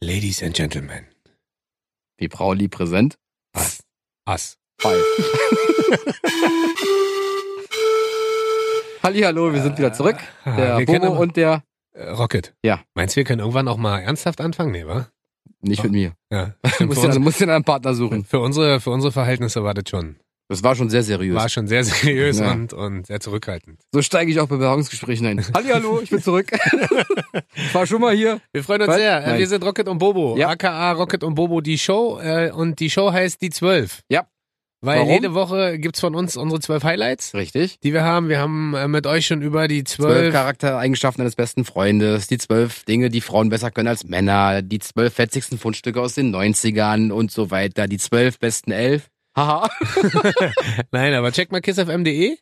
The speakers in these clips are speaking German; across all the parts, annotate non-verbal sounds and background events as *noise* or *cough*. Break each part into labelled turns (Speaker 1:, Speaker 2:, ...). Speaker 1: Ladies and Gentlemen.
Speaker 2: Die Frau lieb präsent.
Speaker 1: Ass. Ass.
Speaker 2: Bye. *laughs* Hallihallo, wir sind wieder zurück.
Speaker 1: *laughs*
Speaker 2: Der
Speaker 1: wir können
Speaker 2: Bobo
Speaker 1: aber,
Speaker 2: und der
Speaker 1: äh, Rocket.
Speaker 2: Ja.
Speaker 1: Meinst du, wir können irgendwann auch mal ernsthaft anfangen? Nee, wa?
Speaker 2: nicht mit mir.
Speaker 1: Ja.
Speaker 2: *laughs* Du
Speaker 1: Für,
Speaker 2: musst, dir,
Speaker 1: uns,
Speaker 2: du musst dir einen Partner suchen.
Speaker 1: für, unsere, für unsere Verhältnisse war das schon.
Speaker 2: *laughs* Das war schon sehr seriös.
Speaker 1: War schon sehr *laughs* seriös
Speaker 2: Ja.
Speaker 1: und, und sehr zurückhaltend.
Speaker 2: So steige ich auch bei Bewerbungsgesprächen *laughs* ein. Hallihallo, ich bin *laughs* zurück. ich war schon mal hier.
Speaker 1: Wir freuen uns
Speaker 2: Was?
Speaker 1: sehr. Äh,
Speaker 2: Nein.
Speaker 1: Wir sind Rocket und Bobo.
Speaker 2: Ja.
Speaker 1: AKA Rocket und Bobo die Show. äh, Und die Show heißt Die Zwölf.
Speaker 2: Ja.
Speaker 1: Weil
Speaker 2: Warum?
Speaker 1: jede Woche gibt's von uns unsere zwölf Highlights,
Speaker 2: Richtig.
Speaker 1: die wir haben. Wir haben äh, mit euch schon über die
Speaker 2: Zwölf
Speaker 1: zwölf
Speaker 2: Charaktereigenschaften eines besten Freundes, die zwölf Dinge, die Frauen besser können als Männer, die zwölf fetzigsten Fundstücke aus den 90ern und so weiter, die zwölf besten elf. *laughs* Haha,
Speaker 1: Nein, aber check mal kissfm.de.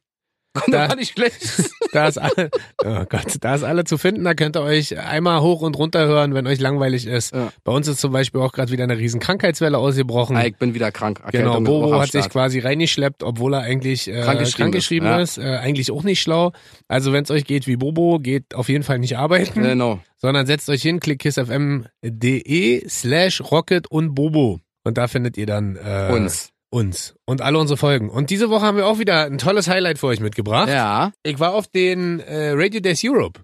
Speaker 2: war nicht schlecht.
Speaker 1: Da ist, alle, oh Gott, da ist alle zu finden. Da könnt ihr euch einmal hoch und runter hören, wenn euch langweilig ist.
Speaker 2: Ja.
Speaker 1: Bei uns ist zum Beispiel auch gerade wieder eine riesen Krankheitswelle ausgebrochen.
Speaker 2: Ah, ich bin wieder krank. Erkältung
Speaker 1: Hm. genau,
Speaker 2: ist auch
Speaker 1: Bobo
Speaker 2: am
Speaker 1: hat sich
Speaker 2: Start.
Speaker 1: quasi reingeschleppt, obwohl er eigentlich äh,
Speaker 2: Krankgeschrieben
Speaker 1: krankgeschrieben
Speaker 2: ist,
Speaker 1: ist. Äh, eigentlich auch nicht schlau. Also wenn es euch geht wie Bobo, geht auf jeden Fall nicht arbeiten,
Speaker 2: Genau.
Speaker 1: sondern setzt euch hin, klickt kissfm.de slash rocket und Bobo. Und da findet ihr dann äh,
Speaker 2: Uns.
Speaker 1: uns und alle unsere Folgen. Und diese Woche haben wir auch wieder ein tolles Highlight für euch mitgebracht.
Speaker 2: Ja.
Speaker 1: Ich war auf den äh, Radio Days Europe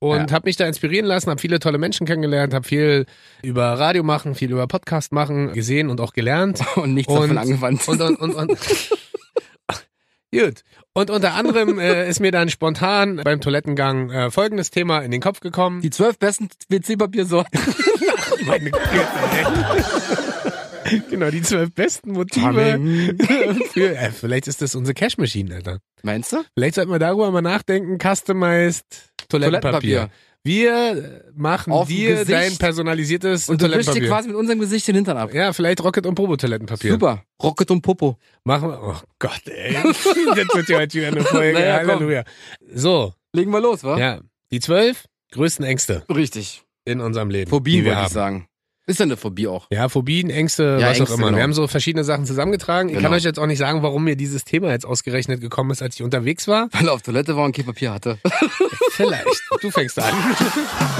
Speaker 1: und
Speaker 2: Ja.
Speaker 1: habe mich da inspirieren lassen, habe viele tolle Menschen kennengelernt, habe viel über Radio machen, viel über Podcast machen gesehen und auch gelernt.
Speaker 2: Und nichts
Speaker 1: Und-
Speaker 2: davon angewandt.
Speaker 1: Und, und, und, und Gut. Und unter anderem äh, ist mir dann spontan beim Toilettengang äh, folgendes Thema in den Kopf gekommen.
Speaker 2: die zwölf besten WC-Papiersorten.
Speaker 1: *laughs* Meine Güte, ey. genau, die zwölf besten Motive. *laughs* Für, äh, vielleicht ist das unsere Cash Machine, Alter.
Speaker 2: *laughs* Meinst du?
Speaker 1: Vielleicht sollten wir darüber mal nachdenken. Customized Toilettenpapier. Wir machen
Speaker 2: Auf dem
Speaker 1: dir
Speaker 2: Gesicht.
Speaker 1: dein personalisiertes
Speaker 2: Und du wischst dir
Speaker 1: Toilettenpapier.
Speaker 2: quasi mit unserem Gesicht den Hintern ab.
Speaker 1: ja, vielleicht Rocket und Probo Toilettenpapier.
Speaker 2: Super. Rocket und Popo.
Speaker 1: Machen wir. Oh Gott,
Speaker 2: *laughs*
Speaker 1: ey. das wird ja heute wieder eine Folge.
Speaker 2: Naja, komm.
Speaker 1: Halleluja. So,
Speaker 2: Legen wir los, wa?
Speaker 1: ja. Die zwölf größten Ängste
Speaker 2: Richtig.
Speaker 1: in unserem Leben.
Speaker 2: Phobien
Speaker 1: die wir
Speaker 2: würde ich
Speaker 1: haben.
Speaker 2: sagen. Ist ja eine Phobie auch.
Speaker 1: Ja, Phobien, Ängste,
Speaker 2: Ja,
Speaker 1: was
Speaker 2: Ängste,
Speaker 1: auch immer.
Speaker 2: genau.
Speaker 1: Wir haben so verschiedene Sachen zusammengetragen. Ich kann
Speaker 2: Genau.
Speaker 1: euch jetzt auch nicht sagen, warum mir dieses Thema jetzt ausgerechnet gekommen ist, als ich unterwegs war.
Speaker 2: Weil er auf Toilette war und kein Papier hatte. *laughs*
Speaker 1: Vielleicht. Du fängst an. *laughs*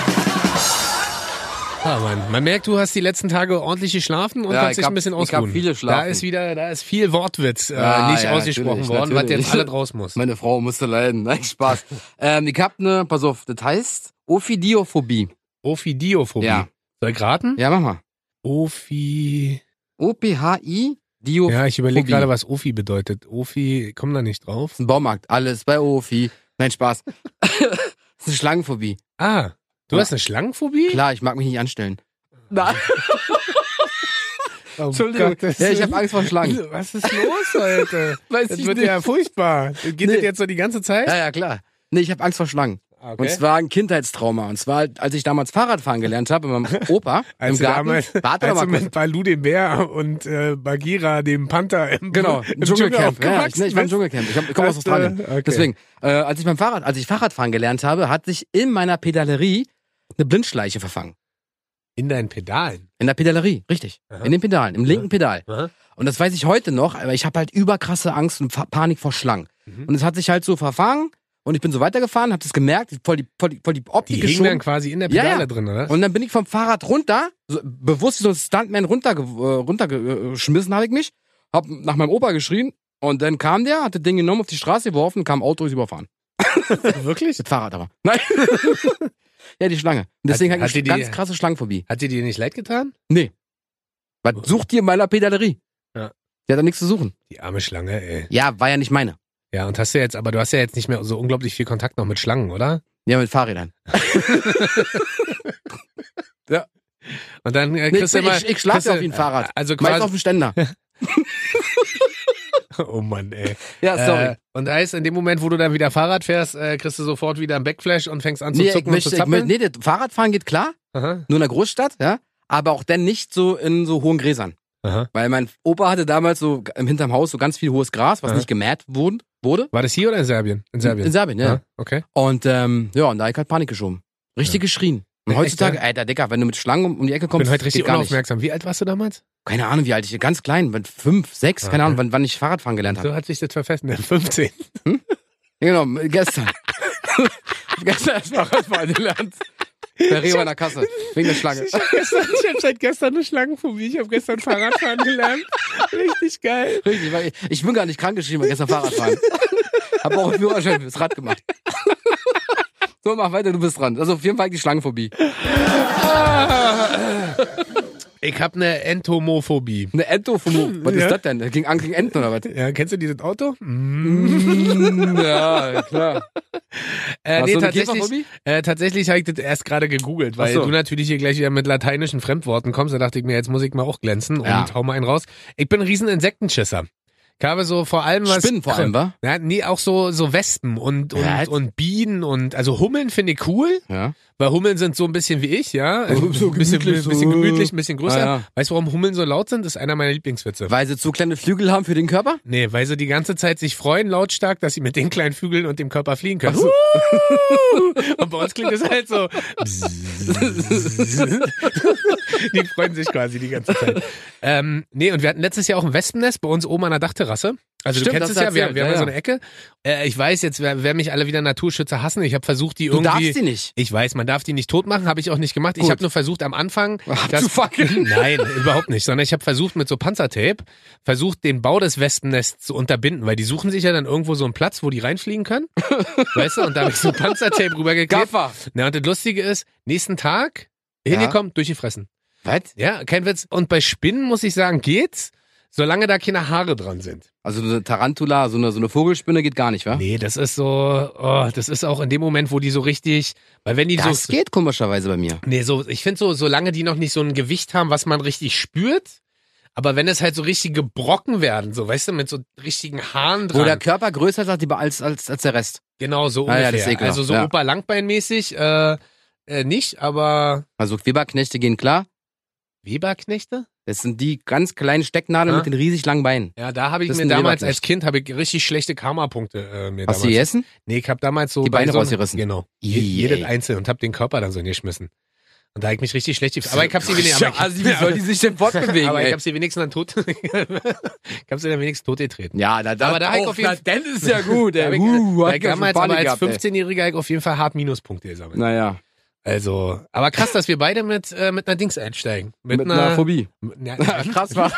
Speaker 1: Ah, Mann. Man merkt, du hast die letzten Tage ordentlich geschlafen und
Speaker 2: Ja, ich
Speaker 1: kannst dich
Speaker 2: hab-
Speaker 1: ein bisschen
Speaker 2: ich hab
Speaker 1: ausruhen.
Speaker 2: viele
Speaker 1: da
Speaker 2: schlafen.
Speaker 1: ist wieder, da ist viel Wortwitz äh,
Speaker 2: Ja,
Speaker 1: nicht
Speaker 2: ja,
Speaker 1: ausgesprochen
Speaker 2: natürlich,
Speaker 1: worden, was
Speaker 2: natürlich.
Speaker 1: jetzt alle draus
Speaker 2: *laughs*
Speaker 1: muss.
Speaker 2: Meine Frau musste leiden. Nein, Spaß. ähm, ich hab ne, pass auf, das heißt Ophidiophobie.
Speaker 1: Ophidiophobie.
Speaker 2: Ja.
Speaker 1: Soll ich raten?
Speaker 2: Ja, mach mal.
Speaker 1: Ophi.
Speaker 2: O-P-H-I, Dio.
Speaker 1: Ja, ich überlege
Speaker 2: Phobie.
Speaker 1: gerade, was Ophi bedeutet. Ophi, komm da nicht drauf.
Speaker 2: Ist ein Baumarkt. Alles bei Ophi.
Speaker 1: *laughs*
Speaker 2: Nein, Spaß. ist eine Schlangenphobie.
Speaker 1: Ah, du
Speaker 2: Ja.
Speaker 1: hast eine Schlangenphobie?
Speaker 2: Klar, ich mag mich nicht anstellen. Nein.
Speaker 1: Oh,
Speaker 2: Entschuldigung.
Speaker 1: Gottes
Speaker 2: Ja, ich
Speaker 1: Willen.
Speaker 2: habe Angst vor Schlangen.
Speaker 1: Was ist los heute?
Speaker 2: *laughs* Weiß
Speaker 1: Das
Speaker 2: ich
Speaker 1: wird
Speaker 2: nicht.
Speaker 1: ja furchtbar. Geht
Speaker 2: Nee.
Speaker 1: das jetzt so die ganze Zeit?
Speaker 2: Ja, ja, klar. Nee, ich habe Angst vor Schlangen.
Speaker 1: Ah,
Speaker 2: Und zwar ein Kindheitstrauma. Und zwar, als ich damals Fahrradfahren gelernt habe mit meinem Opa
Speaker 1: *laughs* Als
Speaker 2: im
Speaker 1: du
Speaker 2: Garten.
Speaker 1: damals-
Speaker 2: Warte doch
Speaker 1: Als
Speaker 2: mal
Speaker 1: du
Speaker 2: kurz.
Speaker 1: mit Balu dem Bär und äh, Bagira dem Panther im, *laughs*
Speaker 2: Genau,
Speaker 1: im
Speaker 2: im Dschungelcamp. Ja, ich,
Speaker 1: aufgewachsen
Speaker 2: ne, ich war im
Speaker 1: bist?
Speaker 2: Dschungelcamp. Ich, hab- ich komme aus
Speaker 1: Das,
Speaker 2: Australien.
Speaker 1: äh, okay.
Speaker 2: Deswegen, äh, als ich beim Fahrrad, als ich Fahrradfahren gelernt habe, hat sich in meiner Pedalerie eine Blindschleiche verfangen.
Speaker 1: In deinen Pedalen.
Speaker 2: In der Pedalerie, richtig.
Speaker 1: Aha.
Speaker 2: In den Pedalen, im linken Pedal.
Speaker 1: Aha.
Speaker 2: Und das weiß ich heute noch, aber ich habe halt überkrasse Angst und Fa- Panik vor Schlangen.
Speaker 1: Mhm.
Speaker 2: Und es hat sich halt so verfangen und ich bin so weitergefahren, habe das gemerkt, voll die, voll die, voll die Optik
Speaker 1: Die hingen
Speaker 2: geschoben.
Speaker 1: dann quasi in der
Speaker 2: Ja,
Speaker 1: Pedale
Speaker 2: ja.
Speaker 1: drin, oder?
Speaker 2: Und dann bin ich vom Fahrrad runter, so, bewusst wie so ein Stuntman runterge äh, runtergeschmissen habe ich mich, hab nach meinem Opa geschrien und dann kam der, hat das Ding genommen, auf die Straße geworfen, kam ein Auto, ist überfahren.
Speaker 1: wirklich?
Speaker 2: Das Fahrrad aber. *laughs* Nein. ja, die Schlange. Und deswegen
Speaker 1: Hat-
Speaker 2: hat,
Speaker 1: hatte
Speaker 2: ich
Speaker 1: die-
Speaker 2: ganz krasse Schlangenphobie.
Speaker 1: Hat die dir nicht leid getan?
Speaker 2: Was sucht ihr in meiner Pedalerie?
Speaker 1: Ja.
Speaker 2: Die hat da nichts zu suchen.
Speaker 1: Die arme Schlange, ey.
Speaker 2: Ja, war ja nicht meine.
Speaker 1: Ja, und hast du jetzt, aber du hast ja jetzt nicht mehr so unglaublich viel Kontakt noch mit Schlangen, oder?
Speaker 2: Ja, mit Fahrrädern.
Speaker 1: Und dann äh,
Speaker 2: Nee,
Speaker 1: kriegst
Speaker 2: ich,
Speaker 1: du immer.
Speaker 2: ich, ich schlafe
Speaker 1: kriegst du-
Speaker 2: auf wie ein Fahrrad.
Speaker 1: Also
Speaker 2: Meist auf
Speaker 1: quasi. *laughs*
Speaker 2: dem Ständer.
Speaker 1: Oh Mann, ey.
Speaker 2: Ja, *laughs* sorry.
Speaker 1: Äh, und heißt, in dem Moment, wo du dann wieder Fahrrad fährst, äh, kriegst du sofort wieder einen Backflash und fängst an zu
Speaker 2: nee, ich
Speaker 1: zucken
Speaker 2: möchte,
Speaker 1: und zu
Speaker 2: ich
Speaker 1: zappeln?
Speaker 2: möchte, nee, das Fahrradfahren geht klar,
Speaker 1: Aha,
Speaker 2: nur in der Großstadt, ja. Aber auch dann nicht so in so hohen Gräsern.
Speaker 1: aha.
Speaker 2: Weil mein Opa hatte damals so im hinterm Haus so ganz viel hohes Gras, was
Speaker 1: Ja.
Speaker 2: nicht gemäht wurden- wurde.
Speaker 1: War das hier oder in Serbien? In Serbien.
Speaker 2: In Serbien, ja.
Speaker 1: Ah, okay.
Speaker 2: Und ähm, ja, und da hab ich halt Panik geschoben. Richtig
Speaker 1: Ja.
Speaker 2: geschrien. Und
Speaker 1: Echt,
Speaker 2: heutzutage,
Speaker 1: ja?
Speaker 2: alter Dicker, wenn du mit Schlangen um, um die Ecke
Speaker 1: Ich
Speaker 2: kommst,
Speaker 1: bin heute richtig
Speaker 2: geht gar nicht.
Speaker 1: unaufmerksam. Wie alt warst du damals?
Speaker 2: Keine Ahnung, wie alt ich ganz klein, mit fünf, sechs, keine
Speaker 1: Ah,
Speaker 2: Ahnung,
Speaker 1: ja.
Speaker 2: wann, wann ich Fahrradfahren gelernt habe.
Speaker 1: So hat sich das verfestigt. Ne, 15.
Speaker 2: *laughs* Ja, Genau, gestern. gestern erst Fahrradfahren gelernt. Bei Rewe an der Kasse. Wegen der Schlange.
Speaker 1: Ich habe gestern, ich hab seit gestern eine Schlangenphobie. Ich habe gestern Fahrradfahren gelernt. Richtig geil.
Speaker 2: Richtig, weil ich, ich bin gar nicht krank geschrieben, weil gestern Fahrrad fahren. Hab auch einen Führerschein fürs Rad gemacht. So, mach weiter, du bist dran. Also auf jeden Fall die Schlangenphobie.
Speaker 1: Ich habe eine Entomophobie.
Speaker 2: Eine Entophobie. Was
Speaker 1: Ja.
Speaker 2: ist das denn? Ging an gegen Enten oder was?
Speaker 1: Ja, kennst du dieses Auto? Mm.
Speaker 2: ja,
Speaker 1: *laughs*
Speaker 2: klar.
Speaker 1: Äh,
Speaker 2: Hast
Speaker 1: nee,
Speaker 2: du eine
Speaker 1: tatsächlich,
Speaker 2: Käferphobie?
Speaker 1: äh, tatsächlich habe ich das erst gerade gegoogelt, weil
Speaker 2: Ach so.
Speaker 1: du natürlich hier gleich wieder mit lateinischen Fremdworten kommst. Da dachte ich mir, jetzt muss ich mal auch glänzen
Speaker 2: Ja.
Speaker 1: und hau mal einen raus. Ich bin ein riesen Insektenschisser. Ich habe so vor allem was...
Speaker 2: Spinnen vor allem, wa?
Speaker 1: Ja, nee, auch so, so Wespen und, und,
Speaker 2: Was?
Speaker 1: und Bienen und... Also Hummeln finde ich cool,
Speaker 2: Ja.
Speaker 1: weil Hummeln sind so ein bisschen wie ich, ja. bisschen,
Speaker 2: So gemütlich, so.
Speaker 1: bisschen gemütlich, ein bisschen größer.
Speaker 2: Ah, ja.
Speaker 1: Weißt du, warum Hummeln so laut sind? Das ist einer meiner Lieblingswitze.
Speaker 2: Weil sie zu kleine Flügel haben für den Körper?
Speaker 1: Nee, weil sie die ganze Zeit sich freuen lautstark, dass sie mit den kleinen Vögeln und dem Körper fliegen können. *laughs* Und bei uns klingt es halt so. *laughs* die freuen sich quasi die ganze Zeit. Ähm, nee, und wir hatten letztes Jahr auch ein Wespennest bei uns oben an der Dachterrasse. Also
Speaker 2: Stimmt,
Speaker 1: du kennst
Speaker 2: das
Speaker 1: es ja,
Speaker 2: hast du
Speaker 1: wir, haben- wir haben ja so eine
Speaker 2: erzählt,
Speaker 1: Ecke. Äh, ich weiß jetzt, wer, wer mich alle wieder Naturschützer hassen. Ich habe versucht, die
Speaker 2: Du
Speaker 1: irgendwie...
Speaker 2: darfst die nicht.
Speaker 1: Ich weiß, man darf die nicht tot machen, habe ich auch nicht gemacht. Ich
Speaker 2: Gut.
Speaker 1: habe nur versucht am
Speaker 2: *laughs*
Speaker 1: Anfang *laughs*
Speaker 2: Abzufackeln.
Speaker 1: Nein, überhaupt nicht, sondern ich habe versucht mit so Panzertape versucht den Bau des Westennests zu unterbinden, weil die suchen sich ja dann irgendwo so einen Platz, wo die reinfliegen
Speaker 2: *laughs*
Speaker 1: können. weißt du, und da habe ich so Panzertape rübergeklebt.
Speaker 2: Gaffer.
Speaker 1: Na und das lustige ist, nächsten Tag
Speaker 2: Ja.
Speaker 1: hingekommen, durchgefressen.
Speaker 2: Was?
Speaker 1: Ja, kein Witz. Und bei Spinnen muss ich sagen, geht's, solange da keine Haare dran sind.
Speaker 2: Also eine Tarantula, so eine, so eine Vogelspinne geht gar nicht, wa?
Speaker 1: Nee, das ist so, oh, das ist auch in dem Moment, wo die so richtig, weil wenn die
Speaker 2: Das
Speaker 1: so
Speaker 2: geht komischerweise bei mir.
Speaker 1: Nee, so, ich finde so, solange die noch nicht so ein Gewicht haben, was man richtig spürt, aber wenn es halt so richtige Brocken werden, so, weißt du, mit so richtigen Haaren dran.
Speaker 2: Wo der Körper größer ist als, die- als, als, als der Rest.
Speaker 1: genau, so
Speaker 2: Ah ja,
Speaker 1: ungefähr.
Speaker 2: das ist ekelhaft,
Speaker 1: also so
Speaker 2: ja.
Speaker 1: Opa Langbeinmäßig, äh, äh, nicht, aber
Speaker 2: Also Weberknechte gehen klar.
Speaker 1: Weberknechte?
Speaker 2: Das sind die ganz kleinen Stecknadeln
Speaker 1: Ja.
Speaker 2: mit den riesig langen Beinen.
Speaker 1: Ja, da habe ich
Speaker 2: Das
Speaker 1: mir
Speaker 2: sind
Speaker 1: damals
Speaker 2: Weberknecht.
Speaker 1: als Kind habe ich richtig schlechte Karma-Punkte äh, mir
Speaker 2: Hast
Speaker 1: damals.
Speaker 2: du die gegessen?
Speaker 1: Nee, ich habe damals so
Speaker 2: Die
Speaker 1: bei
Speaker 2: Beine
Speaker 1: so einem-
Speaker 2: rausgerissen?
Speaker 1: Genau. Je,
Speaker 2: Ih,
Speaker 1: jedes
Speaker 2: ey.
Speaker 1: einzeln und habe den Körper dann so hingeschmissen. Und da habe ich mich richtig schlecht gefühlt. Aber ich habe sie
Speaker 2: *laughs* Ja,
Speaker 1: wenigstens. aber ich-
Speaker 2: also wie soll die sich denn
Speaker 1: *laughs*
Speaker 2: fortbewegen?
Speaker 1: aber ich
Speaker 2: ey?
Speaker 1: habe sie wenigstens dann tot. *laughs* ich habe sie dann wenigstens tot getreten.
Speaker 2: Ja, da, da,
Speaker 1: Aber da hab ich
Speaker 2: auch,
Speaker 1: auf jeden
Speaker 2: oh, na, dann ist ja *laughs* gut.
Speaker 1: Da hab
Speaker 2: Ey.
Speaker 1: ich-
Speaker 2: Uh,
Speaker 1: Da
Speaker 2: hat
Speaker 1: ich
Speaker 2: ja schon
Speaker 1: damals aber
Speaker 2: Panik
Speaker 1: als
Speaker 2: gehabt, ey.
Speaker 1: 15-Jähriger hab ich auf jeden Fall hart Minuspunkte gesammelt.
Speaker 2: Naja,
Speaker 1: Also, aber krass, dass wir beide mit, äh, mit einer Dings einsteigen.
Speaker 2: mit, einer, Phobie.
Speaker 1: mit- ja, *laughs*
Speaker 2: Krass war.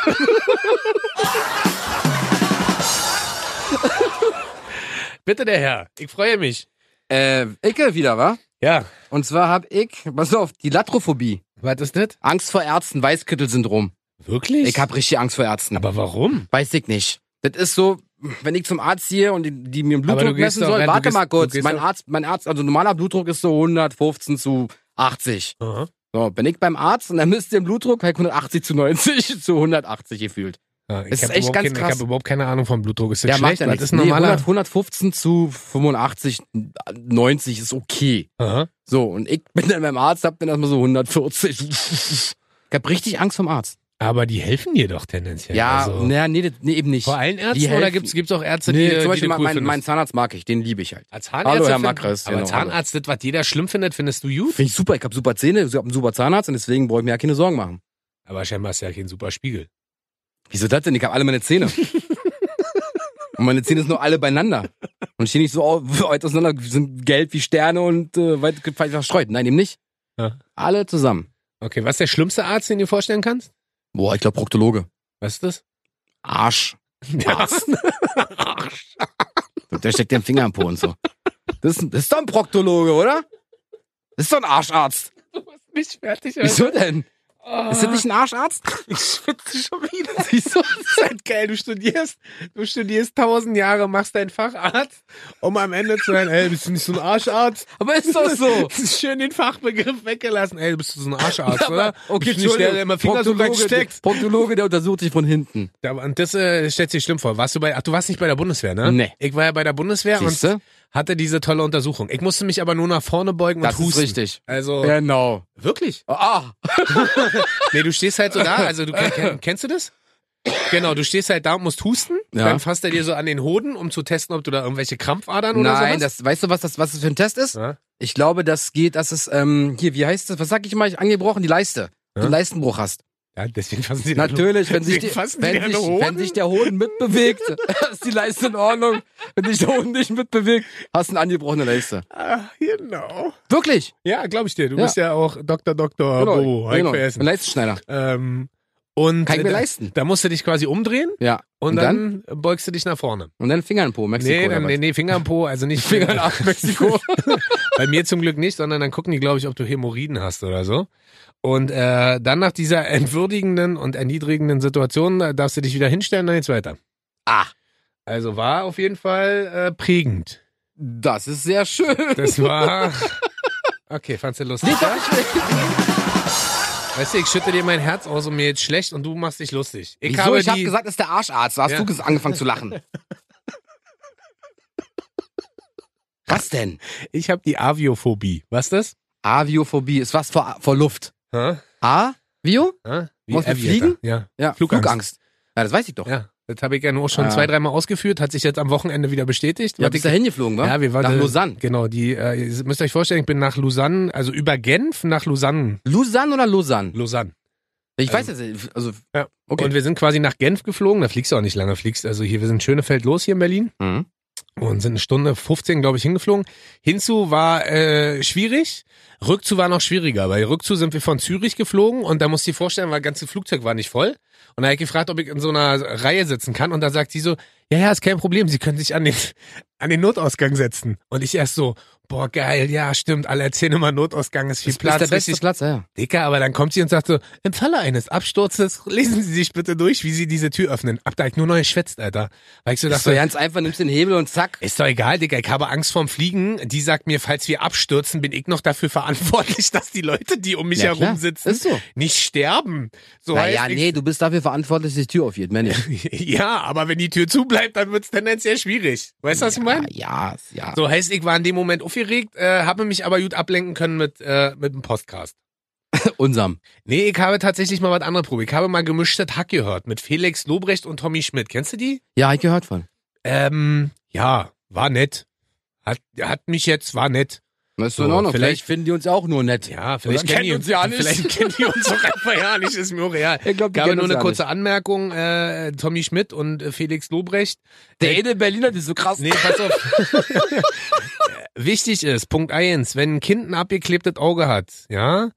Speaker 1: bitte der Herr, ich freue mich.
Speaker 2: äh, Icke wieder, wa?
Speaker 1: Ja,
Speaker 2: Und zwar hab ich, pass auf, die Latrophobie.
Speaker 1: was ist das?
Speaker 2: Angst vor Ärzten, Weißkittel-Syndrom.
Speaker 1: Wirklich?
Speaker 2: Ich hab richtig Angst vor Ärzten.
Speaker 1: aber warum?
Speaker 2: Weiß ich nicht. Das ist so, wenn ich zum Arzt gehe und die, die mir einen
Speaker 1: Aber du
Speaker 2: Blutdruck
Speaker 1: gehst
Speaker 2: messen
Speaker 1: doch
Speaker 2: sollen,
Speaker 1: rein, du
Speaker 2: warte
Speaker 1: gehst-
Speaker 2: mal kurz.
Speaker 1: du gehst
Speaker 2: Mein
Speaker 1: doch-
Speaker 2: Arzt, mein Arzt, also normaler Blutdruck ist so 115 zu 80.
Speaker 1: Aha.
Speaker 2: So, bin ich beim Arzt und dann misst der Blutdruck halt 180 zu 90 *laughs* zu 180 gefühlt.
Speaker 1: Ja, ich
Speaker 2: Das ist
Speaker 1: hab
Speaker 2: echt
Speaker 1: überhaupt
Speaker 2: ganz
Speaker 1: keine, Ich
Speaker 2: krass.
Speaker 1: habe überhaupt keine Ahnung vom Blutdruck. Ist das
Speaker 2: Der macht
Speaker 1: schlecht?
Speaker 2: ja
Speaker 1: Was
Speaker 2: nichts.
Speaker 1: ist
Speaker 2: Nee,
Speaker 1: normaler?
Speaker 2: 100, 115 zu 85, 90 ist okay.
Speaker 1: Aha.
Speaker 2: So, und ich bin dann beim Arzt, hab dann erstmal so 140. Ich hab richtig Angst vom Arzt.
Speaker 1: Aber die helfen dir doch tendenziell.
Speaker 2: Ja,
Speaker 1: also,
Speaker 2: na, nee, das- nee, eben nicht.
Speaker 1: Vor allen
Speaker 2: Die
Speaker 1: Ärzten
Speaker 2: helfen.
Speaker 1: oder gibt's gibt's auch Ärzte,
Speaker 2: Nee,
Speaker 1: die,
Speaker 2: zum
Speaker 1: die
Speaker 2: Beispiel
Speaker 1: du
Speaker 2: mein,
Speaker 1: cool
Speaker 2: mein, mein
Speaker 1: findest?
Speaker 2: Zahnarzt mag ich, den liebe ich halt.
Speaker 1: Als
Speaker 2: Hallo, Herr
Speaker 1: finden-
Speaker 2: Makris,
Speaker 1: aber
Speaker 2: genau,
Speaker 1: Zahnarzt, das, was jeder schlimm findet, findest du gut?
Speaker 2: Finde ich super, ich habe super Zähne, ich habe einen super Zahnarzt und deswegen brauche ich mir ja keine Sorgen machen.
Speaker 1: Aber scheinbar ist ja kein super Spiegel.
Speaker 2: Wieso das denn? Ich habe alle meine Zähne. und meine Zähne sind nur alle beieinander. Und stehen nicht so au- *laughs* weit auseinander, sind gelb wie Sterne und äh, weit weit verstreut. Nein, eben nicht.
Speaker 1: Ja.
Speaker 2: Alle zusammen.
Speaker 1: Okay, was ist der schlimmste Arzt, den du dir vorstellen kannst?
Speaker 2: Boah, ich glaube Proktologe.
Speaker 1: Was ist das?
Speaker 2: Arsch. Arzt. Der steckt den Finger am Po und so. Das ist, das ist doch ein Proktologe, oder? Das ist doch ein Arscharzt.
Speaker 1: Du bist nicht fertig,
Speaker 2: Wieso denn? Ist
Speaker 1: Ist
Speaker 2: das nicht ein Arscharzt?
Speaker 1: ich schwitze schon *laughs* wieder.
Speaker 2: Wieso?
Speaker 1: Das ist halt geil. Du studierst, du studierst tausend Jahre, machst deinen Facharzt, um am Ende zu hören, ey, bist du nicht so ein Arscharzt?
Speaker 2: Aber ist
Speaker 1: *laughs*
Speaker 2: doch so.
Speaker 1: Das ist schön den Fachbegriff weggelassen. Ey, bist du so ein Arscharzt, oder?
Speaker 2: Okay,
Speaker 1: bist du nicht der, der
Speaker 2: Entschuldigung.
Speaker 1: immer Finger so weit steckt.
Speaker 2: Proktologe, der untersucht dich von hinten.
Speaker 1: Ja, aber- Und das äh, stellt sich schlimm vor. Warst du bei, ach, du warst nicht bei der Bundeswehr, ne?
Speaker 2: Nee.
Speaker 1: Ich war ja bei der Bundeswehr
Speaker 2: Siehste?
Speaker 1: und hatte diese tolle Untersuchung. Ich musste mich aber nur nach vorne beugen
Speaker 2: Das
Speaker 1: und
Speaker 2: ist
Speaker 1: husten.
Speaker 2: richtig.
Speaker 1: Also,
Speaker 2: Genau.
Speaker 1: wirklich?
Speaker 2: Ah,
Speaker 1: Nee, du stehst halt so da, also
Speaker 2: *laughs*
Speaker 1: du kenn- kenn, kennst du das? Genau, du stehst halt da und musst husten,
Speaker 2: Ja.
Speaker 1: dann fasst er dir so an den Hoden, um zu testen, ob du da irgendwelche Krampfadern oder
Speaker 2: nein,
Speaker 1: sowas?
Speaker 2: das, weißt du, was das, was das für ein Test ist?
Speaker 1: Ja.
Speaker 2: Ich glaube, das geht, das ist, ähm, hier, wie heißt das? Was sag ich immer? Ich angebrochen, die Leiste.
Speaker 1: Ja.
Speaker 2: Du einen Leistenbruch hast.
Speaker 1: Ja, deswegen fassen sie
Speaker 2: Natürlich, wenn sich,
Speaker 1: Den
Speaker 2: die,
Speaker 1: fassen *laughs* die
Speaker 2: wenn,
Speaker 1: an
Speaker 2: sich,
Speaker 1: den Hoden?
Speaker 2: wenn sich der Hoden
Speaker 1: *laughs*
Speaker 2: mitbewegt, *laughs* ist die Leiste in Ordnung. Wenn sich der Hoden nicht mitbewegt, hast du eine angebrochene Leiste.
Speaker 1: Ah, genau.
Speaker 2: Wirklich?
Speaker 1: Ja, glaube ich dir. Du
Speaker 2: Ja.
Speaker 1: bist ja auch Dr. Dr. Bobo. Hike
Speaker 2: genau.
Speaker 1: für
Speaker 2: Ein
Speaker 1: Essen.
Speaker 2: Leistenschneider.
Speaker 1: Ähm, und
Speaker 2: Kann ich mir
Speaker 1: da,
Speaker 2: leisten.
Speaker 1: da musst du dich quasi umdrehen
Speaker 2: Ja.
Speaker 1: und,
Speaker 2: Und
Speaker 1: dann, beugst du dich nach vorne.
Speaker 2: Und dann Finger in den Po, Mexiko.
Speaker 1: nee,
Speaker 2: oder
Speaker 1: dann,
Speaker 2: was?
Speaker 1: nee, nee, Finger am Po, also
Speaker 2: *laughs*
Speaker 1: nicht
Speaker 2: Finger in den Arsch, Mexiko.
Speaker 1: *laughs* Bei mir zum Glück nicht, sondern dann gucken die, glaube ich, ob du Hämorrhoiden hast oder so. Und äh, dann nach dieser entwürdigenden und erniedrigenden Situation äh, darfst du dich wieder hinstellen und dann geht's weiter.
Speaker 2: ah,
Speaker 1: Also war auf jeden Fall äh, prägend.
Speaker 2: das ist
Speaker 1: *laughs*
Speaker 2: sehr schön.
Speaker 1: Das
Speaker 2: *laughs*
Speaker 1: war. Okay, fandst du lustig? ja? Weißt du, ich schütte dir mein Herz aus und mir jetzt schlecht und du machst dich lustig. Ich
Speaker 2: Wieso?
Speaker 1: habe
Speaker 2: Ich habe
Speaker 1: die-
Speaker 2: gesagt, das ist der Arscharzt. Da hast
Speaker 1: Ja.
Speaker 2: du ges- angefangen zu lachen. *laughs* Was denn?
Speaker 1: Ich habe die Aviophobie. Was ist das?
Speaker 2: Aviophobie ist was vor, vor Luft.
Speaker 1: Hä?
Speaker 2: Avio?
Speaker 1: Hä?
Speaker 2: Musst du
Speaker 1: Aviator.
Speaker 2: fliegen?
Speaker 1: Ja.
Speaker 2: Ja,
Speaker 1: Flugangst.
Speaker 2: Flugangst. Ja, das weiß ich doch.
Speaker 1: ja. Das habe ich ja nur schon
Speaker 2: Ah.
Speaker 1: zwei, dreimal ausgeführt, hat sich jetzt am Wochenende wieder bestätigt.
Speaker 2: Ja,
Speaker 1: Was
Speaker 2: bist
Speaker 1: ich-
Speaker 2: da hingeflogen, wa?
Speaker 1: ja, wir waren
Speaker 2: Nach
Speaker 1: äh,
Speaker 2: Lausanne.
Speaker 1: Genau, die, äh, ihr müsst euch vorstellen, ich bin nach Lausanne, also über Genf nach Lausanne.
Speaker 2: Lausanne oder Lausanne?
Speaker 1: Lausanne.
Speaker 2: Ich weiß
Speaker 1: Also-
Speaker 2: jetzt nicht. Also,
Speaker 1: Ja.
Speaker 2: okay.
Speaker 1: Und wir sind quasi nach Genf geflogen, da fliegst du auch nicht lange, fliegst, also hier, wir sind Schönefeld los hier in Berlin.
Speaker 2: Mhm.
Speaker 1: und sind eine Stunde 15, glaube ich, hingeflogen. Hinzu war äh, schwierig, Rückzu war noch schwieriger, weil Rückzu sind wir von Zürich geflogen und da musst du dir vorstellen, weil das ganze Flugzeug war nicht voll. Und da habe ich gefragt, ob ich in so einer Reihe sitzen kann und da sagt sie so, ja, ja, ist kein Problem, sie können sich an den, *laughs* an den Notausgang setzen. Und ich erst so, boah, geil, ja, stimmt, alle erzählen immer, Notausgang ist viel
Speaker 2: Das
Speaker 1: Platz,
Speaker 2: ist der beste
Speaker 1: richtig
Speaker 2: Platz, ja, ja.
Speaker 1: Dicker, aber dann kommt sie und sagt so, im Falle eines Absturzes, *laughs* lesen Sie sich bitte durch, wie Sie diese Tür öffnen. Ab da hab ich nur neu geschwätzt, Alter. Weil ich so
Speaker 2: Das
Speaker 1: dachte,
Speaker 2: ist doch ganz einfach, nimmst den Hebel und zack.
Speaker 1: ist doch egal, Digga. Ich habe Angst vorm Fliegen. Die sagt mir, falls wir abstürzen, bin ich noch dafür verantwortlich, *laughs* dass die Leute, die um mich
Speaker 2: Ja,
Speaker 1: herum
Speaker 2: klar.
Speaker 1: sitzen,
Speaker 2: Ist so.
Speaker 1: nicht sterben. So
Speaker 2: Naja,
Speaker 1: heißt
Speaker 2: nee, du bist dafür verantwortlich, dass die Tür aufgeht, Mensch. *laughs*
Speaker 1: ich, *laughs* ja, aber wenn die Tür zubleibt, dann wird's tendenziell schwierig. Weißt du, was ich meine?
Speaker 2: Ja, ja.
Speaker 1: So heißt, ich war in dem Moment aufgeregt, äh, habe mich aber gut ablenken können mit, äh, mit dem Podcast.
Speaker 2: Unserm.
Speaker 1: Nee, ich habe tatsächlich mal was anderes probiert. Ich habe mal gemischtes Hack gehört mit Felix Lobrecht und Tommy Schmidt. Kennst du die?
Speaker 2: Ja, hab ich gehört von.
Speaker 1: Ähm, ja, war nett. Hat, hat mich jetzt, war nett.
Speaker 2: Das ist
Speaker 1: So,
Speaker 2: so, in Ordnung.
Speaker 1: vielleicht-
Speaker 2: Vielleicht finden die uns ja auch nur nett.
Speaker 1: Ja, vielleicht
Speaker 2: Oder kennen
Speaker 1: die
Speaker 2: uns ja nicht.
Speaker 1: Vielleicht kennen die uns auch einfach ja nicht, ist mir auch real.
Speaker 2: Ich glaube,
Speaker 1: Ich habe nur eine kurze Anmerkung. Äh, Tommy Schmidt und äh, Felix Lobrecht.
Speaker 2: Der eine Berliner, die ist so krass.
Speaker 1: Nee, pass auf.
Speaker 2: *laughs*
Speaker 1: Wichtig ist, Punkt eins, wenn ein Kind ein abgeklebtes Auge hat, ja,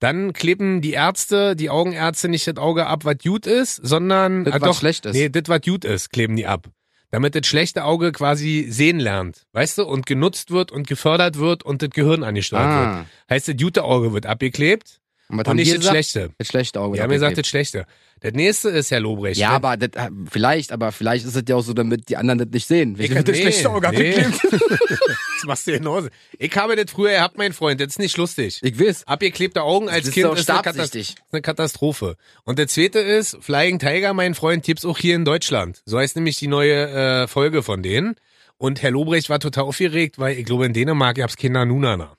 Speaker 1: dann kleben die Ärzte, die Augenärzte nicht das Auge ab, was gut ist, sondern
Speaker 2: Das,
Speaker 1: Ah,
Speaker 2: was schlecht ist.
Speaker 1: Nee, das, was gut ist, kleben die ab. Damit das schlechte Auge quasi sehen lernt, weißt du, und genutzt wird und gefördert wird und das Gehirn angesteuert wird.
Speaker 2: ah.
Speaker 1: Heißt, das gute Auge wird abgeklebt
Speaker 2: Und was
Speaker 1: und
Speaker 2: haben
Speaker 1: nicht
Speaker 2: die
Speaker 1: das
Speaker 2: gesagt?
Speaker 1: schlechte.
Speaker 2: Das schlechte Auge.
Speaker 1: Die haben gesagt, das schlechte. Das nächste ist Herr Lobrecht.
Speaker 2: ja,
Speaker 1: Wenn-
Speaker 2: aber das, äh, vielleicht, aber vielleicht ist es ja auch so, damit die anderen das nicht sehen.
Speaker 1: Ich-
Speaker 2: Wegen-
Speaker 1: nee, nee. *laughs*
Speaker 2: *laughs*
Speaker 1: Das machst du genauso. Ich habe das früher gehabt, mein Freund. Das ist nicht lustig.
Speaker 2: Ich weiß.
Speaker 1: Abgeklebte Augen als
Speaker 2: Das ist
Speaker 1: Kind
Speaker 2: doch
Speaker 1: ist eine, Katast
Speaker 2: stabsichtig.
Speaker 1: ist eine Katastrophe. Und der zweite ist, Flying Tiger, mein Freund, gibt's auch hier in Deutschland. So heißt nämlich die neue äh, Folge von denen. Und Herr Lobrecht war total aufgeregt, weil ich glaube, in Dänemark gab's Kinder Nunana.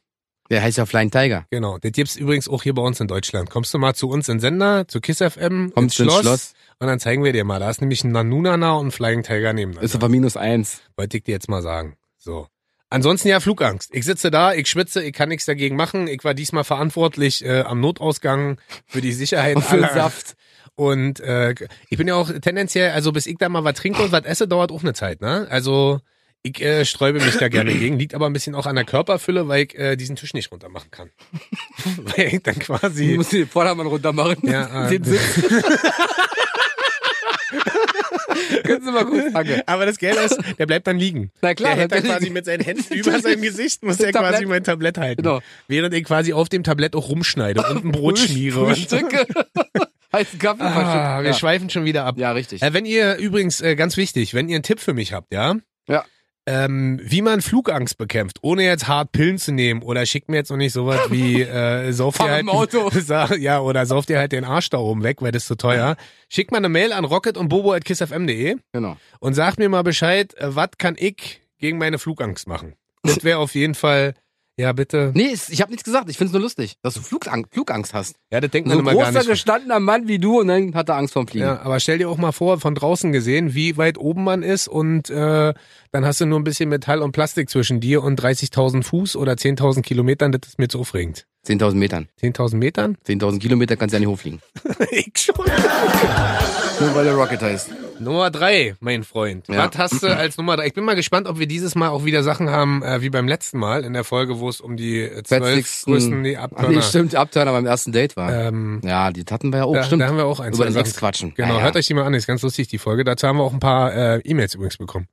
Speaker 2: Der heißt ja Flying Tiger.
Speaker 1: Genau. Das gibt's übrigens auch hier bei uns in Deutschland. Kommst du mal zu uns in Sender, zu KISS FM,
Speaker 2: Kommst du ins Schloss?
Speaker 1: Und dann zeigen wir dir mal. Da ist nämlich ein Nanunana und ein Flying Tiger nebeneinander.
Speaker 2: Ist aber minus eins.
Speaker 1: Wollte ich dir jetzt mal sagen. So. Ansonsten ja Flugangst. Ich sitze da, ich schwitze, ich kann nichts dagegen machen. Ich war diesmal verantwortlich äh, am Notausgang für die Sicherheit
Speaker 2: Und *laughs* für den
Speaker 1: aller.
Speaker 2: Saft.
Speaker 1: Und äh, ich bin ja auch tendenziell, also bis ich da mal was trinke und was esse, dauert auch eine Zeit, ne? Also ich äh, sträube mich da gerne gegen, liegt aber ein bisschen auch an der Körperfülle, weil ich äh, diesen Tisch nicht runter machen kann. *laughs* weil ich dann
Speaker 2: Du
Speaker 1: quasi
Speaker 2: musst den Vordermann runter machen. *laughs*
Speaker 1: Ja, äh.
Speaker 2: den Sitz. *laughs* Können Sie mal gut danke.
Speaker 1: Aber das Geld ist, der bleibt dann liegen.
Speaker 2: Na klar,
Speaker 1: der hält
Speaker 2: der
Speaker 1: dann
Speaker 2: bleibt
Speaker 1: quasi
Speaker 2: liegen.
Speaker 1: mit seinen
Speaker 2: *laughs*
Speaker 1: Händen über seinem Gesicht, muss er quasi
Speaker 2: Tablett.
Speaker 1: mein Tablett halten.
Speaker 2: Genau.
Speaker 1: Während ich quasi auf dem Tablett auch rumschneide und
Speaker 2: *laughs*
Speaker 1: ein Brot schmiere. Und,
Speaker 2: Frühstücke. Heißen Kaffee
Speaker 1: ah,
Speaker 2: verschütten.
Speaker 1: wir
Speaker 2: ja.
Speaker 1: schweifen schon wieder ab.
Speaker 2: ja, richtig.
Speaker 1: Äh, wenn ihr übrigens, äh, ganz wichtig, wenn ihr einen Tipp für mich habt, ja?
Speaker 2: Ja.
Speaker 1: Ähm, wie man Flugangst bekämpft, ohne jetzt hart Pillen zu nehmen oder schickt mir jetzt noch nicht sowas *laughs* wie äh, sauf dir
Speaker 2: Fahr
Speaker 1: halt
Speaker 2: mit dem Auto.
Speaker 1: *laughs* Sa- ja, oder sauf dir halt den Arsch da oben weg, weil das ist zu teuer. Schickt mal eine Mail an rocket und bobo at kissfm.de
Speaker 2: Genau.
Speaker 1: und sagt mir mal Bescheid, äh, was kann ich gegen meine Flugangst machen? Das wäre auf jeden Fall Ja, bitte.
Speaker 2: Nee, es- ich habe nichts gesagt. Ich finde es nur lustig, dass du Flugangst, Flugangst hast.
Speaker 1: Ja, das denkt
Speaker 2: So
Speaker 1: man
Speaker 2: ein
Speaker 1: immer gar
Speaker 2: großer,
Speaker 1: nicht.
Speaker 2: gestandener Mann wie du und dann hat er Angst vorm Fliegen.
Speaker 1: Ja, aber stell dir auch mal vor, von draußen gesehen, wie weit oben man ist und äh, dann hast du nur ein bisschen Metall und Plastik zwischen dir und 30.000 Fuß oder 10.000 Kilometern, das ist mir zu aufregend.
Speaker 2: 10.000 Metern.
Speaker 1: 10.000
Speaker 2: *laughs*
Speaker 1: Metern?
Speaker 2: 10.000 Kilometer kannst du ja nicht hochfliegen.
Speaker 1: ich schon.
Speaker 2: Nur weil der Rocket heißt.
Speaker 1: Nummer drei, mein Freund.
Speaker 2: Ja.
Speaker 1: Was hast du als Nummer drei? Ich bin mal gespannt, ob wir dieses Mal auch wieder Sachen haben, äh, wie beim letzten Mal in der Folge, wo es um die äh, zwölf
Speaker 2: Fetzigsten-
Speaker 1: größten nee,
Speaker 2: Ach Ah, nee,
Speaker 1: Abtörner.
Speaker 2: stimmt, der Abtörner beim ersten Date war.
Speaker 1: ähm,
Speaker 2: ja, die hatten wir ja auch,
Speaker 1: da,
Speaker 2: stimmt.
Speaker 1: da haben wir auch eins.
Speaker 2: Über den Sex quatschen.
Speaker 1: Genau,
Speaker 2: ja, ja.
Speaker 1: hört euch die mal an, ist ganz lustig, die Folge. Dazu haben wir auch ein paar äh, E-Mails übrigens bekommen.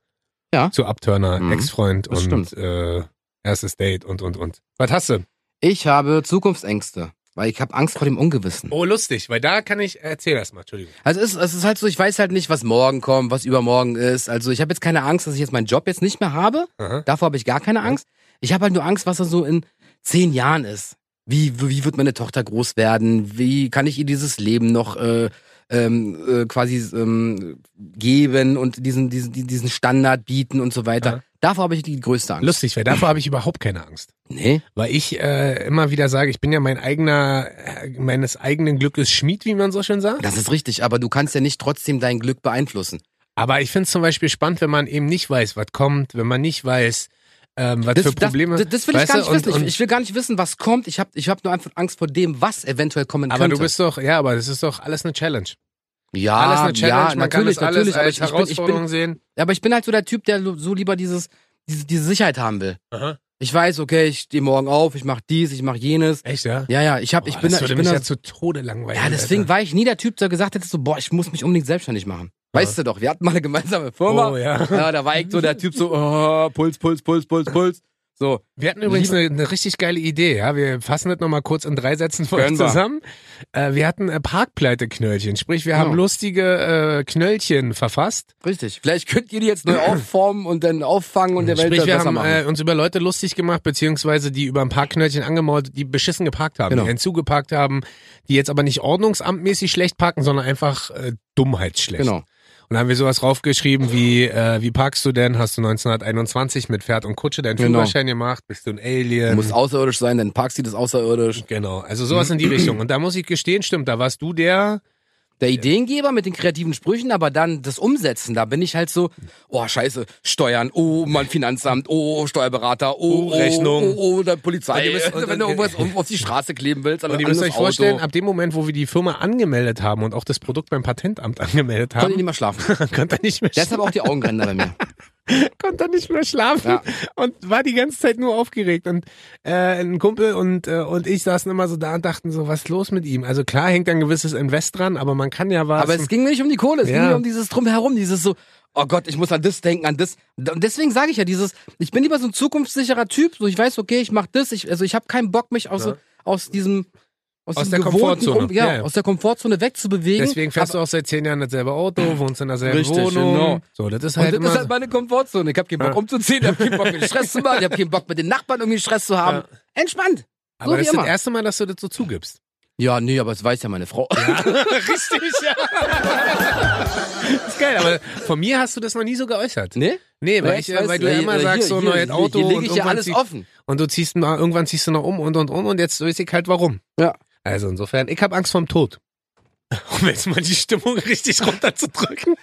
Speaker 2: Ja.
Speaker 1: Zu Abturner,
Speaker 2: Mhm.
Speaker 1: Ex-Freund
Speaker 2: Das
Speaker 1: und
Speaker 2: stimmt.
Speaker 1: äh, erstes Date und und und. Was hast du?
Speaker 2: Ich habe Zukunftsängste, weil ich habe Angst vor dem Ungewissen.
Speaker 1: Oh, lustig, weil da kann ich, erzähl erst mal, Entschuldigung.
Speaker 2: Also es, ist- es ist halt so, ich weiß halt nicht, was morgen kommt, was übermorgen ist. Also ich habe jetzt keine Angst, dass ich jetzt meinen Job jetzt nicht mehr habe.
Speaker 1: Aha.
Speaker 2: Davor habe ich gar keine Angst. Ich habe halt nur Angst, was er so in zehn Jahren ist. Wie, wie wird meine Tochter groß werden? Wie kann ich ihr dieses Leben noch äh, ähm, äh, quasi ähm, geben und diesen, diesen, die- diesen Standard bieten und so weiter?
Speaker 1: Ja.
Speaker 2: Davor habe ich die größte Angst.
Speaker 1: Lustig, weil davor habe ich überhaupt keine Angst.
Speaker 2: Nee?
Speaker 1: Weil ich äh, immer wieder sage, ich bin ja mein eigener, äh, meines eigenen Glückes Schmied, wie man so schön sagt.
Speaker 2: Das ist richtig, aber du kannst ja nicht trotzdem dein Glück beeinflussen.
Speaker 1: Aber ich finde es zum Beispiel spannend, wenn man eben nicht weiß, was kommt, wenn man nicht weiß, ähm, was für Probleme.
Speaker 2: das, das will ich
Speaker 1: weißt du,
Speaker 2: gar nicht
Speaker 1: und-
Speaker 2: wissen.
Speaker 1: und-
Speaker 2: ich, ich will gar nicht wissen, was kommt. Ich habe ich hab nur einfach Angst vor dem, was eventuell kommen
Speaker 1: aber
Speaker 2: könnte.
Speaker 1: du bist doch, ja, aber das ist doch alles eine Challenge.
Speaker 2: ja,
Speaker 1: alles eine Challenge,
Speaker 2: ja,
Speaker 1: man kann das alles
Speaker 2: natürlich, natürlich, aber
Speaker 1: als
Speaker 2: ich, ich, bin, ich, bin,
Speaker 1: Herausforderung sehen.
Speaker 2: Aber ich bin halt so der Typ, der so lieber dieses, diese, diese Sicherheit haben will.
Speaker 1: Aha.
Speaker 2: Ich weiß, okay, ich stehe morgen auf, ich mache dies, ich mache jenes.
Speaker 1: Echt, ja?
Speaker 2: Ja, ja, ich hab, ich
Speaker 1: Boah,
Speaker 2: bin,
Speaker 1: das
Speaker 2: da, ich
Speaker 1: würde
Speaker 2: bin
Speaker 1: mich
Speaker 2: da,
Speaker 1: ja zu Tode langweilen.
Speaker 2: ja, deswegen
Speaker 1: Alter.
Speaker 2: war ich nie der Typ, der gesagt hätte so, boah, ich muss mich unbedingt selbstständig machen. Weißt du doch, wir hatten mal eine gemeinsame Firma.
Speaker 1: Oh, ja.
Speaker 2: ja, da war ich so der Typ so, oh, Puls, Puls, Puls, Puls, Puls. So,
Speaker 1: Wir hatten übrigens eine, eine richtig geile Idee, ja. Wir fassen das nochmal kurz in drei Sätzen für euch
Speaker 2: Können wir.
Speaker 1: zusammen. Äh, wir hatten äh, Parkpleite-Knöllchen, sprich, wir haben
Speaker 2: Ja.
Speaker 1: lustige äh, Knöllchen verfasst.
Speaker 2: richtig. Vielleicht könnt ihr die jetzt neu aufformen und dann auffangen und der Welt
Speaker 1: Sprich, wir
Speaker 2: besser
Speaker 1: haben
Speaker 2: machen.
Speaker 1: äh, uns über Leute lustig gemacht, beziehungsweise die über ein paar Knöllchen angemaut, die beschissen geparkt haben,
Speaker 2: Genau.
Speaker 1: die hinzugeparkt haben, die jetzt aber nicht ordnungsamtmäßig schlecht parken, sondern einfach äh, dummheitsschlecht.
Speaker 2: genau.
Speaker 1: Und da haben wir sowas raufgeschrieben wie, äh, wie parkst du denn? Hast du 1921 mit Pferd und Kutsche deinen
Speaker 2: Genau.
Speaker 1: Führerschein gemacht? Bist du ein Alien?
Speaker 2: Muss außerirdisch sein, dann parkst du das außerirdisch.
Speaker 1: genau, also sowas
Speaker 2: *clears throat*
Speaker 1: in die Richtung. Und da muss ich gestehen, stimmt, da warst du der,
Speaker 2: der Ideengeber mit den kreativen Sprüchen, aber dann das Umsetzen, da bin ich halt so, oh scheiße, Steuern, oh mein Finanzamt, oh Steuerberater, oh,
Speaker 1: Oh, Rechnung.
Speaker 2: oh, oh der Polizei,
Speaker 1: Und ihr müsst-
Speaker 2: Also,
Speaker 1: und-
Speaker 2: wenn du
Speaker 1: und-
Speaker 2: irgendwas um- auf die Straße kleben willst, dann
Speaker 1: und ihr
Speaker 2: an
Speaker 1: müsst
Speaker 2: das
Speaker 1: euch
Speaker 2: Auto.
Speaker 1: vorstellen, ab dem Moment, wo wir die Firma angemeldet haben und auch das Produkt beim Patentamt *laughs* angemeldet
Speaker 2: konnte ich
Speaker 1: haben,
Speaker 2: nicht mehr schlafen.
Speaker 1: *laughs* konnte er nicht mehr
Speaker 2: Deshalb auch die Augenränder bei
Speaker 1: *laughs*
Speaker 2: mir.
Speaker 1: konnte nicht mehr schlafen
Speaker 2: Ja.
Speaker 1: und war die ganze Zeit nur aufgeregt. Und äh, ein Kumpel und, äh, und ich saßen immer so da und dachten so, was ist los mit ihm? Also klar hängt ein gewisses Invest dran, aber man kann ja was.
Speaker 2: Aber es ging mir nicht um die Kohle, es
Speaker 1: Ja.
Speaker 2: ging mir um dieses Drumherum, dieses so, oh Gott, ich muss an das denken, an das. Und deswegen sage ich ja dieses, ich bin lieber so ein zukunftssicherer Typ, so ich weiß, okay, ich mach das, ich, also ich habe keinen Bock, mich aus,
Speaker 1: Ja.
Speaker 2: aus diesem... Aus,
Speaker 1: Aus
Speaker 2: diesem
Speaker 1: der
Speaker 2: gewohnten
Speaker 1: Komfortzone.
Speaker 2: Um, ja,
Speaker 1: Ja, ja.
Speaker 2: aus der Komfortzone wegzubewegen.
Speaker 1: Deswegen fährst du auch seit zehn Jahren dasselbe Auto, wohnst in derselben
Speaker 2: Richtig,
Speaker 1: Wohnung.
Speaker 2: genau.
Speaker 1: So, das ist
Speaker 2: Und
Speaker 1: halt
Speaker 2: das
Speaker 1: immer.
Speaker 2: ist halt meine Komfortzone. Ich habe keinen Bock umzuziehen, ich habe keinen Bock, mir Stress zu machen, ich habe keinen Bock, mit den Nachbarn irgendwie Stress zu haben. Entspannt.
Speaker 1: aber
Speaker 2: so wie
Speaker 1: das ist
Speaker 2: immer.
Speaker 1: das erste Mal, dass du das so
Speaker 2: *laughs*
Speaker 1: zugibst.
Speaker 2: Ja, nee, aber das weiß ja meine Frau.
Speaker 1: Richtig, ja. *laughs* ist geil, aber von mir hast du das noch nie so geäußert.
Speaker 2: *laughs* Nee?
Speaker 1: Nee, weil, ich, äh, weil du ja immer sagst, so neues Auto
Speaker 2: Hier, hier
Speaker 1: und
Speaker 2: lege ich ja
Speaker 1: irgendwann
Speaker 2: alles
Speaker 1: zieh-
Speaker 2: offen.
Speaker 1: Und du ziehst mal, irgendwann ziehst du noch um und und und und jetzt weiß ich halt warum.
Speaker 2: Ja.
Speaker 1: Also insofern, ich habe Angst vorm Tod. *laughs* Um jetzt mal die Stimmung richtig runterzudrücken.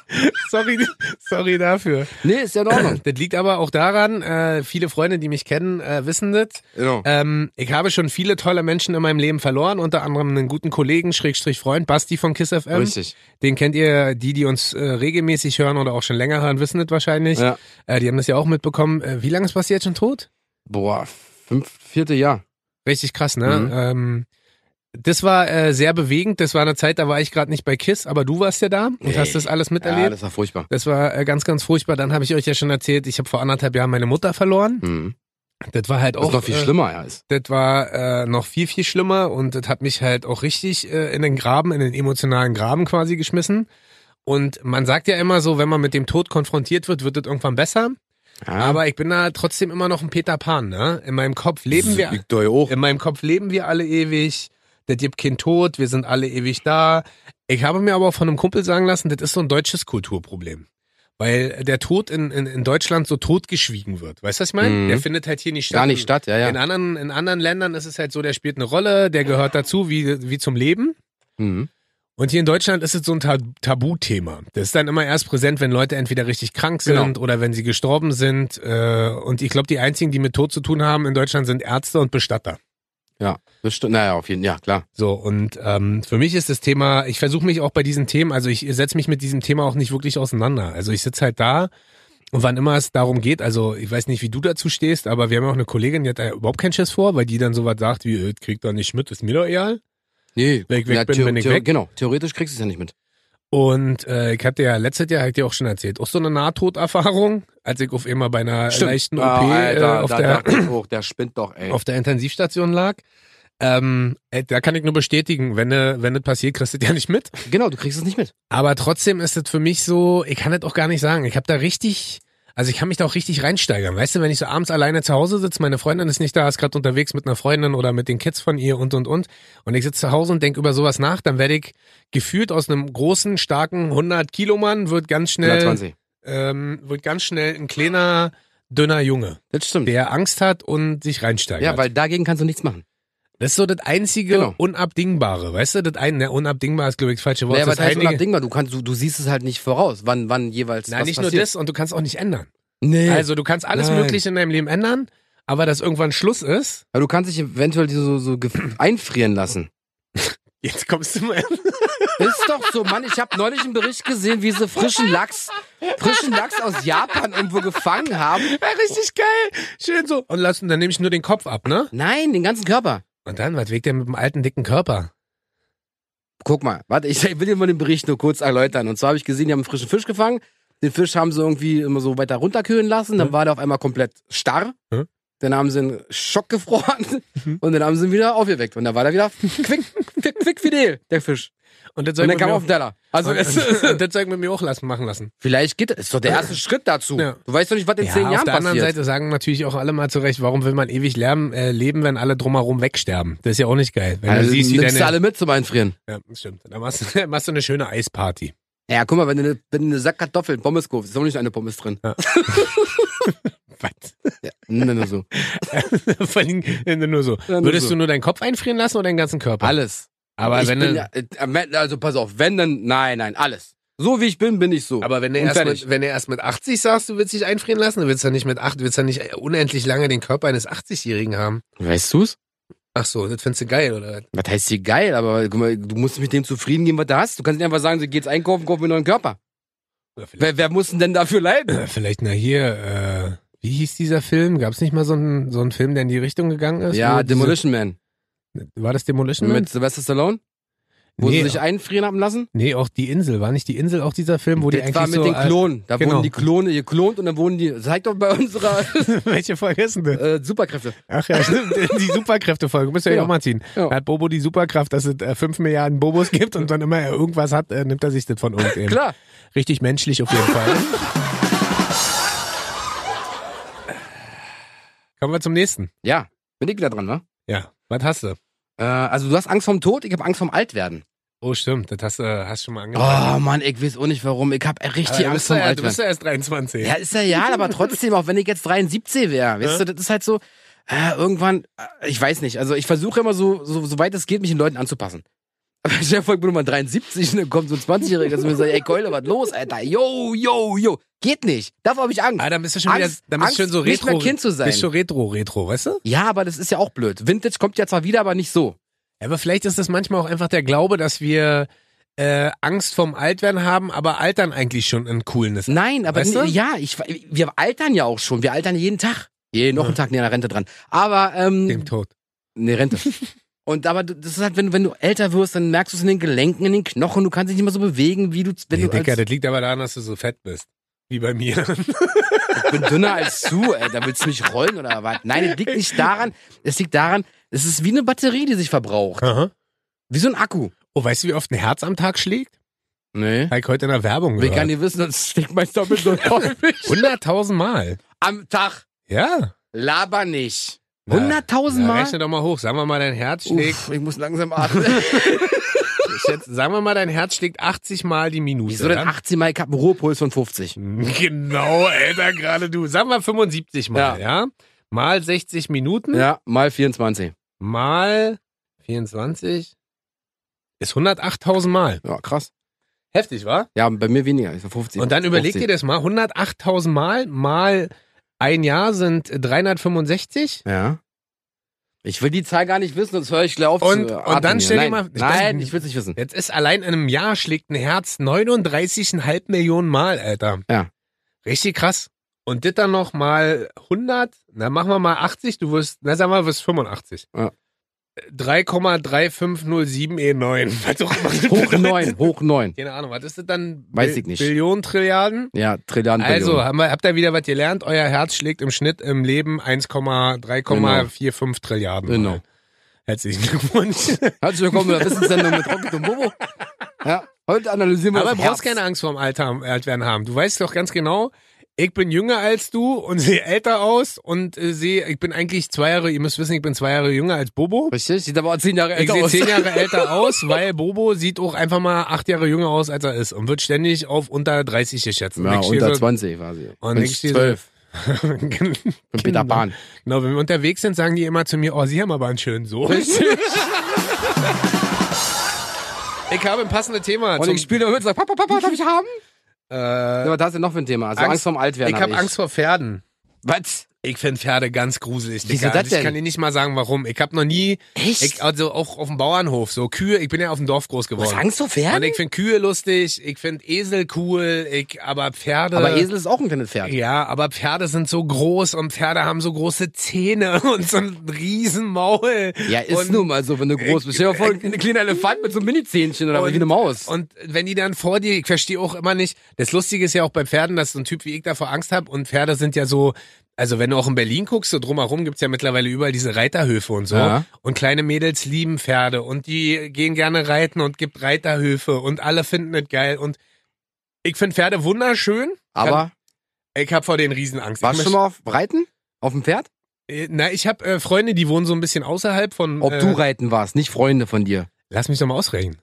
Speaker 1: *laughs* sorry, sorry dafür.
Speaker 2: Nee, ist ja in Ordnung.
Speaker 1: *clears throat* Das liegt aber auch daran, äh, viele Freunde, die mich kennen, äh, wissen das.
Speaker 2: genau.
Speaker 1: Ähm, ich habe schon viele tolle Menschen in meinem Leben verloren, unter anderem einen guten Kollegen, Schrägstrich Freund, Basti von KISS FM.
Speaker 2: Richtig.
Speaker 1: Den kennt ihr, die, die uns äh, regelmäßig hören oder auch schon länger hören, wissen das wahrscheinlich.
Speaker 2: Ja.
Speaker 1: Äh, die haben das ja auch mitbekommen. Äh, wie lange ist Basti jetzt schon tot?
Speaker 2: Boah, fünf, vierte Jahr.
Speaker 1: Richtig krass, ne?
Speaker 2: Mhm.
Speaker 1: Ähm, das war äh, sehr bewegend. Das war eine Zeit, da war ich gerade nicht bei KISS, aber du warst ja da und
Speaker 2: Nee.
Speaker 1: hast das alles miterlebt.
Speaker 2: Ja,
Speaker 1: das,
Speaker 2: das war furchtbar.
Speaker 1: war äh, ganz, ganz furchtbar. Dann habe ich euch ja schon erzählt, ich habe vor anderthalb Jahren meine Mutter verloren.
Speaker 2: Mhm.
Speaker 1: Das war halt
Speaker 2: Das
Speaker 1: auch
Speaker 2: ist noch viel
Speaker 1: äh,
Speaker 2: schlimmer, ja. Ist.
Speaker 1: Das war äh, noch viel, viel schlimmer und das hat mich halt auch richtig äh, in den Graben, in den emotionalen Graben quasi geschmissen. Und man sagt ja immer so, wenn man mit dem Tod konfrontiert wird, wird das irgendwann besser.
Speaker 2: Ja.
Speaker 1: Aber ich bin da trotzdem immer noch ein Peter Pan, ne? In meinem Kopf leben
Speaker 2: Das
Speaker 1: wir.
Speaker 2: liegt da ja
Speaker 1: Oh.
Speaker 2: auch.
Speaker 1: In meinem Kopf leben wir alle ewig. Der gibt kein Tod, wir sind alle ewig da. Ich habe mir aber auch von einem Kumpel sagen lassen, das ist so ein deutsches Kulturproblem. weil der Tod in, in, in Deutschland so totgeschwiegen wird. Weißt du, was ich meine?
Speaker 2: Mhm.
Speaker 1: Der findet halt hier nicht statt.
Speaker 2: Gar nicht statt, ja,
Speaker 1: In,
Speaker 2: ja.
Speaker 1: anderen, in anderen Ländern ist es halt so, der spielt eine Rolle, der gehört dazu, wie, wie zum Leben.
Speaker 2: Mhm.
Speaker 1: Und hier in Deutschland ist es so ein Ta Tabuthema. Das ist dann immer erst präsent, wenn Leute entweder richtig krank sind
Speaker 2: Genau.
Speaker 1: oder wenn sie gestorben sind. Äh, und ich glaube, die einzigen, die mit Tod zu tun haben in Deutschland, sind Ärzte und Bestatter.
Speaker 2: Ja, das stimmt. Naja, auf jeden Fall, ja, klar.
Speaker 1: So, und ähm, für mich ist das Thema, ich versuche mich auch bei diesen Themen, also ich setze mich mit diesem Thema auch nicht wirklich auseinander. Also ich sitze halt da und wann immer es darum geht, also ich weiß nicht, wie du dazu stehst, aber wir haben ja auch eine Kollegin, die hat da überhaupt keinen Schiss vor, weil die dann sowas sagt wie, äh, kriegt doch nicht mit, ist mir doch egal.
Speaker 2: Nee,
Speaker 1: Wenn ich weg
Speaker 2: ja,
Speaker 1: bin,
Speaker 2: theo-
Speaker 1: bin ich
Speaker 2: theo-
Speaker 1: weg.
Speaker 2: Genau, theoretisch kriegst du es ja nicht mit.
Speaker 1: Und äh, ich hatte ja letztes Jahr, hab ich dir auch schon erzählt, auch so eine Nahtoderfahrung, als ich auf einmal bei einer leichten OP
Speaker 2: Ah, Alter,
Speaker 1: äh, auf
Speaker 2: da
Speaker 1: der
Speaker 2: dachte ich auch, der spinnt doch, ey.
Speaker 1: auf der Intensivstation lag. Ähm, äh, da kann ich nur bestätigen, wenn äh, wenn das passiert, kriegst du das ja nicht mit.
Speaker 2: Genau, du kriegst es nicht mit.
Speaker 1: Aber trotzdem ist es für mich so, ich kann das auch gar nicht sagen. Ich habe da richtig, also ich kann mich da auch richtig reinsteigern. Weißt du, wenn ich so abends alleine zu Hause sitze, meine Freundin ist nicht da, ist gerade unterwegs mit einer Freundin oder mit den Kids von ihr und und und. Und ich sitze zu Hause und denke über sowas nach, dann werde ich gefühlt aus einem großen, starken 100 Kilo Mann, wird ganz schnell,
Speaker 2: 120.
Speaker 1: ähm, wird ganz schnell ein kleiner, dünner Junge,
Speaker 2: Das stimmt.
Speaker 1: der Angst hat und sich reinsteigert.
Speaker 2: Ja, weil dagegen kannst du nichts machen.
Speaker 1: das ist so das einzige
Speaker 2: Genau.
Speaker 1: Unabdingbare, weißt du? Das ein, ne, unabdingbar ist, glaube ich, das falsche Wort.
Speaker 2: Naja, aber
Speaker 1: das
Speaker 2: das ist
Speaker 1: einige,
Speaker 2: unabdingbar. Du, kannst, du, du siehst es halt nicht voraus, wann, wann jeweils
Speaker 1: Nein,
Speaker 2: was
Speaker 1: nicht nur
Speaker 2: passiert.
Speaker 1: das und du kannst auch nicht ändern.
Speaker 2: Nee.
Speaker 1: Also du kannst alles
Speaker 2: Nein.
Speaker 1: Mögliche in deinem Leben ändern, aber dass irgendwann Schluss ist.
Speaker 2: Aber du kannst dich eventuell so, so gef- einfrieren lassen.
Speaker 1: Jetzt kommst du mal.
Speaker 2: Ist doch so, Mann. Ich habe neulich einen Bericht gesehen, wie sie frischen Lachs, frischen Lachs aus Japan irgendwo gefangen haben.
Speaker 1: Wär richtig geil. Schön so. Und lass, dann nehme ich nur den Kopf ab, ne?
Speaker 2: Nein, den ganzen Körper.
Speaker 1: Und dann, was wegt der mit dem alten, dicken Körper?
Speaker 2: Guck mal, warte, ich will dir mal den Bericht nur kurz erläutern. Und zwar habe ich gesehen, die haben einen frischen Fisch gefangen. Den Fisch haben sie irgendwie immer so weiter runterkühlen lassen.
Speaker 1: Mhm.
Speaker 2: Dann war der auf einmal komplett starr.
Speaker 1: Hm.
Speaker 2: Dann haben sie ihn schockgefroren
Speaker 1: Mhm.
Speaker 2: und dann haben sie ihn wieder aufgeweckt. Und dann war der wieder quick, quick, quick fidel, der Fisch.
Speaker 1: Und das soll
Speaker 2: Und
Speaker 1: ich mit
Speaker 2: dann kam
Speaker 1: mir
Speaker 2: er auf
Speaker 1: auch,
Speaker 2: den Teller. Also
Speaker 1: und,
Speaker 2: *laughs* es,
Speaker 1: und das soll ich mit mir auch lassen, machen lassen.
Speaker 2: vielleicht geht es. ist doch der erste Schritt dazu.
Speaker 1: Ja.
Speaker 2: Du weißt doch nicht, was in zehn
Speaker 1: auf
Speaker 2: Jahren
Speaker 1: der anderen
Speaker 2: passiert.
Speaker 1: Seite sagen natürlich auch alle mal zurecht, warum will man ewig lernen, äh, leben, wenn alle drumherum wegsterben? Das ist ja auch nicht geil. Wenn
Speaker 2: also,
Speaker 1: du siehst, wie
Speaker 2: nimmst du
Speaker 1: deine...
Speaker 2: alle mit zum Einfrieren.
Speaker 1: Ja, stimmt. Dann machst, du- *laughs* machst du eine schöne Eisparty.
Speaker 2: Ja, guck mal, wenn du eine, wenn du eine Sack Kartoffeln, Pommes kaufst, ist auch nicht eine Pommes drin.
Speaker 1: Was? *laughs*
Speaker 2: Nein, nur so.
Speaker 1: Vor allem, wenn du nur so.
Speaker 2: Ja, nur
Speaker 1: Würdest
Speaker 2: so.
Speaker 1: du nur deinen Kopf einfrieren lassen oder deinen ganzen Körper?
Speaker 2: Alles.
Speaker 1: Aber
Speaker 2: ich
Speaker 1: wenn
Speaker 2: bin
Speaker 1: du,
Speaker 2: ja, äh, wenn- also pass auf, wenn dann, nein, nein, alles. So wie ich bin, bin ich so.
Speaker 1: aber wenn du
Speaker 2: Und
Speaker 1: erst
Speaker 2: fertig.
Speaker 1: mit, wenn du erst mit 80 sagst, du willst dich einfrieren lassen, du willst ja nicht mit 8, willst ja nicht unendlich lange den Körper eines 80-Jährigen haben.
Speaker 2: weißt du's?
Speaker 1: Ach so, das findest du geil, oder? was?
Speaker 2: Was heißt hier geil, aber guck mal, du musst mit dem zufrieden gehen, was du hast. Du kannst nicht einfach sagen, so geh jetzt einkaufen, kauf mir einen neuen Körper.
Speaker 1: Oder vielleicht,
Speaker 2: Wer, wer muss denn denn dafür leiden?
Speaker 1: äh, vielleicht na hier, äh, wie hieß dieser Film? Gab es nicht mal so einen, so einen Film, der in die Richtung gegangen ist?
Speaker 2: Ja,
Speaker 1: Wo diese-
Speaker 2: Demolition Man.
Speaker 1: War das Demolition? Man?
Speaker 2: Mit Sylvester Stallone? Wo
Speaker 1: nee,
Speaker 2: sie sich einfrieren haben lassen?
Speaker 1: nee, auch die Insel. War nicht die Insel auch dieser Film, wo die
Speaker 2: das
Speaker 1: eigentlich
Speaker 2: war mit
Speaker 1: so...
Speaker 2: den Klonen. Da
Speaker 1: genau.
Speaker 2: wurden die Klone geklont und dann wurden die. Zeig doch bei unserer
Speaker 1: *laughs*
Speaker 2: *laughs*
Speaker 1: Welche Folge ist denn das?
Speaker 2: äh, Superkräfte.
Speaker 1: Ach ja, stimmt. *laughs* Die Superkräftefolge. Müsst ihr ja
Speaker 2: Ja.
Speaker 1: auch mal ziehen.
Speaker 2: Ja.
Speaker 1: Da hat Bobo die Superkraft, dass es äh, 5 Milliarden Bobos gibt und dann immer er irgendwas hat, äh, nimmt er sich das von irgendwem.
Speaker 2: Klar.
Speaker 1: Richtig menschlich auf jeden Fall. Kommen wir zum nächsten.
Speaker 2: Ja, bin ich wieder dran, ne?
Speaker 1: Ja. Was hast du?
Speaker 2: Äh, also du hast Angst vom Tod, ich habe Angst vom Altwerden.
Speaker 1: Oh, stimmt. Das hast du hast schon mal
Speaker 2: Oh
Speaker 1: angefangen.
Speaker 2: Mann, ich weiß auch nicht warum. Ich habe
Speaker 1: Aber
Speaker 2: richtig
Speaker 1: du,
Speaker 2: Angst
Speaker 1: bist
Speaker 2: vom
Speaker 1: ja, du bist
Speaker 2: Altwerden.
Speaker 1: ja erst 23.
Speaker 2: Ja, ist ja ja, aber trotzdem, auch wenn ich jetzt 73 wäre, weißt
Speaker 1: Ja.
Speaker 2: du, das ist halt so, äh, irgendwann, äh, ich weiß nicht, also ich versuche immer so, so, so weit es geht, mich den Leuten anzupassen. *laughs* Aber ich bin Nummer 73 und dann kommt so ein 20-Jähriger zu mir und sagt, ey Keule, was los, Alter? Yo, yo, yo. Geht nicht. Davor habe ich Angst.
Speaker 1: Ah, dann bist du schon wieder,
Speaker 2: Angst-
Speaker 1: dann bist
Speaker 2: Angst,
Speaker 1: du schon so
Speaker 2: nicht
Speaker 1: retro.
Speaker 2: mehr Kind zu sein.
Speaker 1: Bist schon retro, retro, weißt du?
Speaker 2: Ja, aber das ist ja auch blöd. Vintage kommt ja zwar wieder, aber nicht so.
Speaker 1: Ja, aber vielleicht ist das manchmal auch einfach der Glaube, dass wir äh, Angst vom Altwerden haben, aber altern eigentlich schon in Coolness.
Speaker 2: Nein, aber
Speaker 1: Weißt du?
Speaker 2: n- ja, ich, wir altern ja auch schon. Wir altern jeden Tag. Jeden noch einen Tag näher an der Rente dran. Aber ähm,
Speaker 1: Dem Tod.
Speaker 2: Nee, *laughs* Rente. Und aber du- das ist halt, wenn, du- wenn du älter wirst, dann merkst du es in den Gelenken, in den Knochen, du kannst dich nicht mehr so bewegen, wie du, wenn
Speaker 1: Nee,
Speaker 2: du
Speaker 1: Dicker,
Speaker 2: als,
Speaker 1: das liegt aber daran, dass du so fett bist. Wie bei mir.
Speaker 2: ich *laughs* bin dünner als du, ey, da willst du mich rollen oder was? Nein, das liegt nicht daran, es liegt daran, es ist wie eine Batterie, die sich verbraucht.
Speaker 1: Aha.
Speaker 2: Wie so ein Akku.
Speaker 1: Oh, weißt du, wie oft ein Herz am Tag schlägt?
Speaker 2: Nee.
Speaker 1: Hab ich heute in der Werbung
Speaker 2: Wir
Speaker 1: gehört.
Speaker 2: kann nicht wissen, das schlägt mein doppelt *laughs* so häufig.
Speaker 1: 100.000 Mal.
Speaker 2: Am Tag,
Speaker 1: Ja.
Speaker 2: laber nicht.
Speaker 1: Na,
Speaker 2: 100.000
Speaker 1: na,
Speaker 2: Mal?
Speaker 1: Rechne doch mal hoch. Sagen wir mal, dein Herz schlägt.
Speaker 2: *laughs* Uff, ich muss langsam atmen.
Speaker 1: schätz, sagen wir mal, dein Herz schlägt 80 Mal die Minute.
Speaker 2: Wieso denn
Speaker 1: ja?
Speaker 2: 18 Mal? Ich hab einen Ruhepuls von 50.
Speaker 1: *laughs* Genau, Alter, gerade du. Sagen wir 75 Mal, ja? Mal 60 Minuten,
Speaker 2: Ja, mal 24.
Speaker 1: mal 24 ist 108.000 Mal.
Speaker 2: Ja, krass.
Speaker 1: Heftig, wa?
Speaker 2: Ja, bei mir weniger. Ich war 50.
Speaker 1: Und dann überleg dir
Speaker 2: 50.
Speaker 1: das mal. 108.000 Mal mal ein Jahr sind 365.
Speaker 2: Ja. Ich will die Zahl gar nicht wissen, sonst höre ich gleich auf zu
Speaker 1: Und- und
Speaker 2: atmen
Speaker 1: dann
Speaker 2: hier.
Speaker 1: stell dir
Speaker 2: Nein.
Speaker 1: mal- ich
Speaker 2: Nein,
Speaker 1: weiß-
Speaker 2: ich will es nicht
Speaker 1: *laughs*
Speaker 2: wissen.
Speaker 1: Jetzt ist allein in einem Jahr schlägt ein Herz 39,5 Millionen Mal, Alter.
Speaker 2: Ja.
Speaker 1: Richtig krass. Und das dann noch mal 100, na machen wir mal 80, du wirst, na sagen wir, du wirst 85.
Speaker 2: Ja.
Speaker 1: 3,35079. E *laughs* Was auch immer das
Speaker 2: Hoch
Speaker 1: bedeutet.
Speaker 2: neun, hoch neun.
Speaker 1: Keine Ahnung, was ist das dann?
Speaker 2: Weiß ich nicht.
Speaker 1: Billionen, Trilliarden?
Speaker 2: Ja, Trilliarden.
Speaker 1: Also,
Speaker 2: Billionen.
Speaker 1: haben wir, habt ihr wieder was gelernt? Euer Herz schlägt im Schnitt im Leben 1,3,45 Trilliarden. Mal.
Speaker 2: Genau.
Speaker 1: Herzlichen Glückwunsch. *laughs*
Speaker 2: Herzlich willkommen bei der Wissenssendung mit Rocket und Bobo. Ja, heute analysieren wir
Speaker 1: Aber
Speaker 2: das
Speaker 1: du brauchst
Speaker 2: Herz.
Speaker 1: keine Angst vorm Alter, Altwerden haben. Du weißt doch ganz genau, ich bin jünger als du und *laughs* sehe älter aus und äh, sehe, ich bin eigentlich zwei Jahre, ihr müsst wissen, ich bin zwei Jahre jünger als Bobo.
Speaker 2: Richtig, sieht aber auch zehn Jahre
Speaker 1: Ich
Speaker 2: älter
Speaker 1: sehe
Speaker 2: aus.
Speaker 1: *laughs* zehn
Speaker 2: *laughs*
Speaker 1: Jahre älter aus, weil Bobo sieht auch einfach mal acht Jahre jünger aus, als er ist und wird ständig auf unter 30 geschätzt. Und
Speaker 2: Ja,
Speaker 1: ich stehe
Speaker 2: unter
Speaker 1: so-
Speaker 2: 20 quasi.
Speaker 1: Und
Speaker 2: Bin
Speaker 1: ich stehe so- *laughs*
Speaker 2: 12. Bin Peter
Speaker 1: Genau.
Speaker 2: Pan.
Speaker 1: Genau, wenn wir unterwegs sind, sagen die immer zu mir, oh, Sie haben aber einen schönen Sohn.
Speaker 2: Richtig.
Speaker 1: *laughs* Ich habe ein passendes Thema.
Speaker 2: Und
Speaker 1: zum-
Speaker 2: ich spiele damit und sage, Papa, Papa, darf ich haben?
Speaker 1: äh,
Speaker 2: Ja, was hast du denn noch für ein Thema? Also Angst,
Speaker 1: Angst-
Speaker 2: vorm Altwerden.
Speaker 1: ich habe Angst vor Pferden.
Speaker 2: Was?
Speaker 1: Ich finde Pferde ganz gruselig.
Speaker 2: Wieso
Speaker 1: Digga. Also
Speaker 2: das
Speaker 1: Ich
Speaker 2: denn?
Speaker 1: kann dir nicht mal sagen, warum. Ich habe noch nie,
Speaker 2: Echt?
Speaker 1: ich, also auch auf dem Bauernhof, so Kühe, ich bin ja auf dem Dorf groß
Speaker 2: Du hast
Speaker 1: geworden.
Speaker 2: Angst vor
Speaker 1: Und
Speaker 2: Pferden?
Speaker 1: ich finde Kühe lustig, ich finde Esel cool, ich, aber Pferde.
Speaker 2: Aber Esel ist auch ein kleines Pferd.
Speaker 1: Ja, aber Pferde sind so groß und Pferde haben so große Zähne *laughs* und so ein riesen Maul.
Speaker 2: Ja, ist
Speaker 1: und,
Speaker 2: nun mal so, wenn du groß bist. Stell dir mal vor,
Speaker 1: ich-
Speaker 2: ein kleiner Elefant mit so einem Mini-Zähnchen oder
Speaker 1: Und-
Speaker 2: wie eine Maus.
Speaker 1: Und wenn die dann vor dir, ich verstehe auch immer nicht, das Lustige ist ja auch bei Pferden, dass so ein Typ wie ich davor Angst habe und Pferde sind ja so, also wenn du auch in Berlin guckst, so drumherum gibt's ja mittlerweile überall diese Reiterhöfe und so.
Speaker 2: Ja.
Speaker 1: Und kleine Mädels lieben Pferde und die gehen gerne reiten und gibt Reiterhöfe und alle finden es geil und ich finde Pferde wunderschön.
Speaker 2: Aber
Speaker 1: Ich habe vor den Riesen Angst.
Speaker 2: warst
Speaker 1: ich
Speaker 2: du schon mal auf Reiten? Auf dem Pferd?
Speaker 1: möcht- äh, Na, ich habe äh, Freunde, die wohnen so ein bisschen außerhalb von.
Speaker 2: Ob
Speaker 1: äh,
Speaker 2: du reiten warst, nicht Freunde von dir.
Speaker 1: lass mich doch mal ausreden.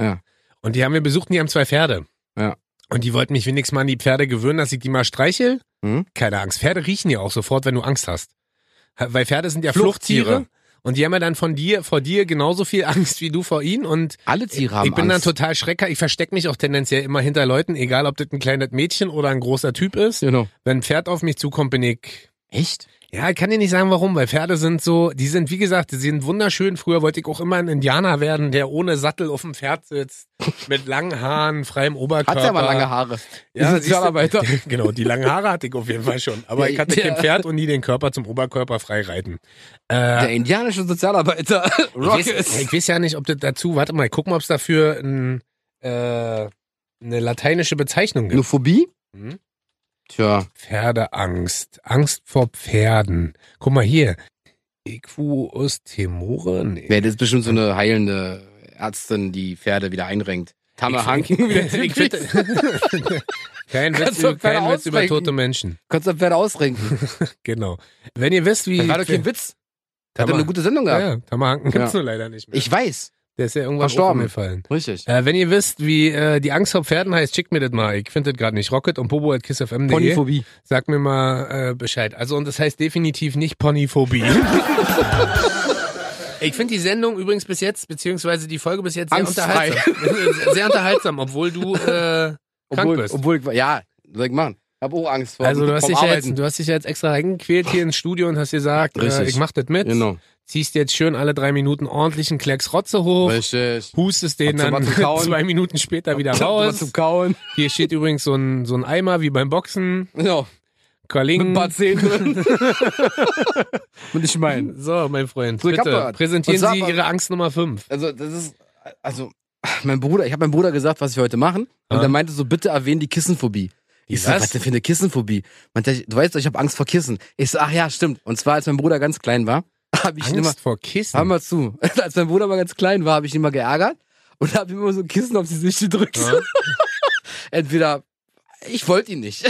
Speaker 2: Ja.
Speaker 1: Und die haben wir besucht und die haben zwei Pferde.
Speaker 2: Ja.
Speaker 1: Und die wollten mich wenigstens mal an die Pferde gewöhnen, dass ich die mal streichel.
Speaker 2: Hm?
Speaker 1: Keine Angst. Pferde riechen ja auch sofort, wenn du Angst hast. Weil Pferde sind ja
Speaker 2: Fluchttiere.
Speaker 1: Fluchttiere. Und die haben ja dann von dir, vor dir genauso viel Angst wie du vor ihnen. Und
Speaker 2: Alle Tiere haben
Speaker 1: ich bin
Speaker 2: Angst.
Speaker 1: dann total schrecker. Ich verstecke mich auch tendenziell immer hinter Leuten, egal ob das ein kleines Mädchen oder ein großer Typ ist.
Speaker 2: Genau.
Speaker 1: Wenn ein Pferd auf mich zukommt, bin ich
Speaker 2: Echt?
Speaker 1: ja, ich kann dir nicht sagen, warum, weil Pferde sind so, die sind, wie gesagt, die sind wunderschön. Früher wollte ich auch immer ein Indianer werden, der ohne Sattel auf dem Pferd
Speaker 2: *laughs*
Speaker 1: sitzt, mit langen Haaren, freiem Oberkörper.
Speaker 2: Hat ja mal lange Haare.
Speaker 1: Ja,
Speaker 2: ist
Speaker 1: siehst du?
Speaker 2: Sozialarbeiter.
Speaker 1: *laughs* Genau, die langen Haare hatte ich auf jeden Fall schon. Aber
Speaker 2: Ja,
Speaker 1: ich hatte
Speaker 2: ja.
Speaker 1: kein Pferd und nie den Körper zum Oberkörper frei reiten.
Speaker 2: Der indianische Sozialarbeiter. *laughs*
Speaker 1: Ich
Speaker 2: Rocket.
Speaker 1: weiß, ich weiß ja nicht, ob das dazu, warte mal, gucken, ob es dafür ein, äh, eine lateinische Bezeichnung gibt.
Speaker 2: Eine Phobie?
Speaker 1: Hm?
Speaker 2: Tja.
Speaker 1: Pferdeangst. Angst vor Pferden. Guck mal hier. Equus temore? Nee.
Speaker 2: Ja, das ist bestimmt so eine heilende Ärztin, die Pferde wieder einrenkt. Tamme Hanken wieder
Speaker 1: *laughs* Ich
Speaker 2: find,
Speaker 1: find-
Speaker 2: *laughs*
Speaker 1: *laughs* kein Witz,
Speaker 2: Kannst du
Speaker 1: über, kein
Speaker 2: Pferde
Speaker 1: Witz über
Speaker 2: ausrenken.
Speaker 1: tote Menschen.
Speaker 2: Kannst du das Pferd ausrenken?
Speaker 1: Genau. Wenn ihr wisst, wie.
Speaker 2: Das war doch kein Witz. Hat er eine gute Sendung
Speaker 1: ja,
Speaker 2: gehabt?
Speaker 1: ja, Tamahanken gibt's
Speaker 2: Ja.
Speaker 1: nur leider nicht mehr.
Speaker 2: Ich weiß.
Speaker 1: Der ist ja irgendwann
Speaker 2: Verstorben.
Speaker 1: gefallen.
Speaker 2: Richtig.
Speaker 1: Äh, wenn ihr wisst, wie äh, die Angst vor Pferden heißt, schickt mir das mal. Ich finde das gerade nicht. Rocket und Bobo at kissfm.de.
Speaker 2: Ponyphobie.
Speaker 1: Sagt mir mal äh, Bescheid. Also, und das heißt definitiv nicht
Speaker 2: *laughs*
Speaker 1: Ponyphobie. Ich finde die Sendung übrigens bis jetzt, beziehungsweise die Folge bis jetzt sehr
Speaker 2: Angstfrei.
Speaker 1: unterhaltsam. *laughs* sehr unterhaltsam, obwohl du äh, krank
Speaker 2: Obwohl,
Speaker 1: bist.
Speaker 2: obwohl, ich- ja, soll ich machen. Hab auch Angst vor
Speaker 1: Also du hast,
Speaker 2: vom
Speaker 1: dich ja jetzt,
Speaker 2: Arbeiten.
Speaker 1: du hast dich ja jetzt extra reingequält hier ins Studio und hast gesagt, äh,
Speaker 2: Richtig.
Speaker 1: ich mach das mit.
Speaker 2: Genau.
Speaker 1: Ziehst jetzt schön alle drei Minuten ordentlichen Klecks Rotze hoch,
Speaker 2: Richtig.
Speaker 1: hustest den
Speaker 2: Hab's aber
Speaker 1: dann
Speaker 2: zu
Speaker 1: *laughs*
Speaker 2: kauen.
Speaker 1: zwei Minuten später wieder
Speaker 2: Was
Speaker 1: raus.
Speaker 2: zum Kauen.
Speaker 1: Hier steht übrigens so ein, so ein Eimer wie beim Boxen.
Speaker 2: Genau. Mit ein
Speaker 1: Kaling.
Speaker 2: paar Zähnen
Speaker 1: *laughs*
Speaker 2: drin. Und ich meine.
Speaker 1: So, mein Freund,
Speaker 2: So, ich hab
Speaker 1: bitte
Speaker 2: was. Und
Speaker 1: präsentieren
Speaker 2: sag
Speaker 1: Sie
Speaker 2: mal-
Speaker 1: Ihre Angst Nummer 5.
Speaker 2: Also, das ist, also, mein Bruder, ich habe meinem Bruder gesagt, was wir heute machen. Und
Speaker 1: Ah.
Speaker 2: er meinte so, bitte erwähnen die Kissenphobie. Ich so,
Speaker 1: was?
Speaker 2: was denn für eine Kissenphobie? Meinte, er, du weißt doch, ich habe Angst vor Kissen. Ich so, ach ja, stimmt. Und zwar, als mein Bruder ganz klein war, *laughs* habe ich ihn immer,
Speaker 1: Angst vor
Speaker 2: hör
Speaker 1: Kissen.
Speaker 2: mal zu, *laughs* als mein Bruder mal ganz klein war, habe ich ihn immer geärgert und habe ihm immer so ein Kissen auf die Sicht *laughs* gedrückt.
Speaker 1: Ja.
Speaker 2: Entweder, ich wollte ihn nicht.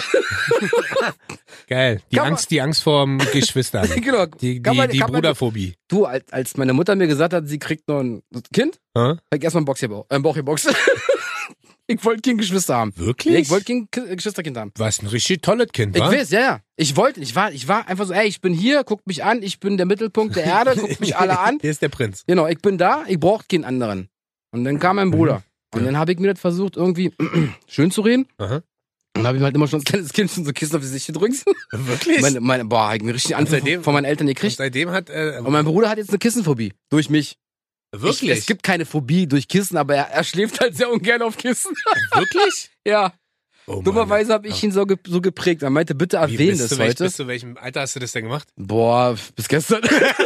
Speaker 1: Geil. Die
Speaker 2: Kann man-
Speaker 1: Angst, die Angst
Speaker 2: *laughs*
Speaker 1: vorm Geschwistern.
Speaker 2: *laughs* genau.
Speaker 1: Die, die,
Speaker 2: Kann man-
Speaker 1: die
Speaker 2: kann man-
Speaker 1: Bruderphobie.
Speaker 2: Du, als, als meine Mutter mir gesagt hat, sie kriegt noch ein Kind,
Speaker 1: Hä?
Speaker 2: hab ich erstmal einen Boxerbau, äh, Bauchgeboxt. *laughs* ich wollte kein Geschwister haben.
Speaker 1: Wirklich?
Speaker 2: Ich wollte kein Ki- Geschwisterkind haben.
Speaker 1: Was ein richtig tolles Kind,
Speaker 2: Ich
Speaker 1: wa?
Speaker 2: weiß, ja, ja. Ich wollte, ich war, ich war einfach so, ey, ich bin hier, guckt mich an, ich bin der Mittelpunkt der Erde, guckt mich
Speaker 1: *laughs*
Speaker 2: alle an.
Speaker 1: Hier ist der Prinz.
Speaker 2: Genau, ich bin da, ich brauchte keinen anderen. Und dann kam mein Bruder. Und
Speaker 1: Ja.
Speaker 2: dann habe ich mir das versucht, irgendwie *clears throat* schön zu reden.
Speaker 1: Aha.
Speaker 2: Und habe ich mir halt immer schon als kleines Kind schon so Kissen auf die
Speaker 1: *laughs*
Speaker 2: Sicht gedrückt.
Speaker 1: Wirklich?
Speaker 2: Meine, meine, boah, hab ich mir richtig Anfang
Speaker 1: seitdem-
Speaker 2: von meinen Eltern
Speaker 1: Und
Speaker 2: gekriegt.
Speaker 1: seitdem hat äh,
Speaker 2: Und mein Bruder hat jetzt eine Kissenphobie. Durch mich.
Speaker 1: wirklich
Speaker 2: Ich, Oh es gibt keine Phobie durch Kissen, aber er, er schläft halt sehr ungern auf Kissen. *laughs*
Speaker 1: wirklich
Speaker 2: ja.
Speaker 1: *laughs* oh, Mann.
Speaker 2: Dummerweise habe ich ihn so, ge so geprägt. Er meinte, bitte
Speaker 1: Wie,
Speaker 2: erwähne
Speaker 1: bist
Speaker 2: das
Speaker 1: du welch,
Speaker 2: heute.
Speaker 1: Bis zu welchem Alter hast du das denn gemacht?
Speaker 2: Boah, f- bis gestern. *laughs*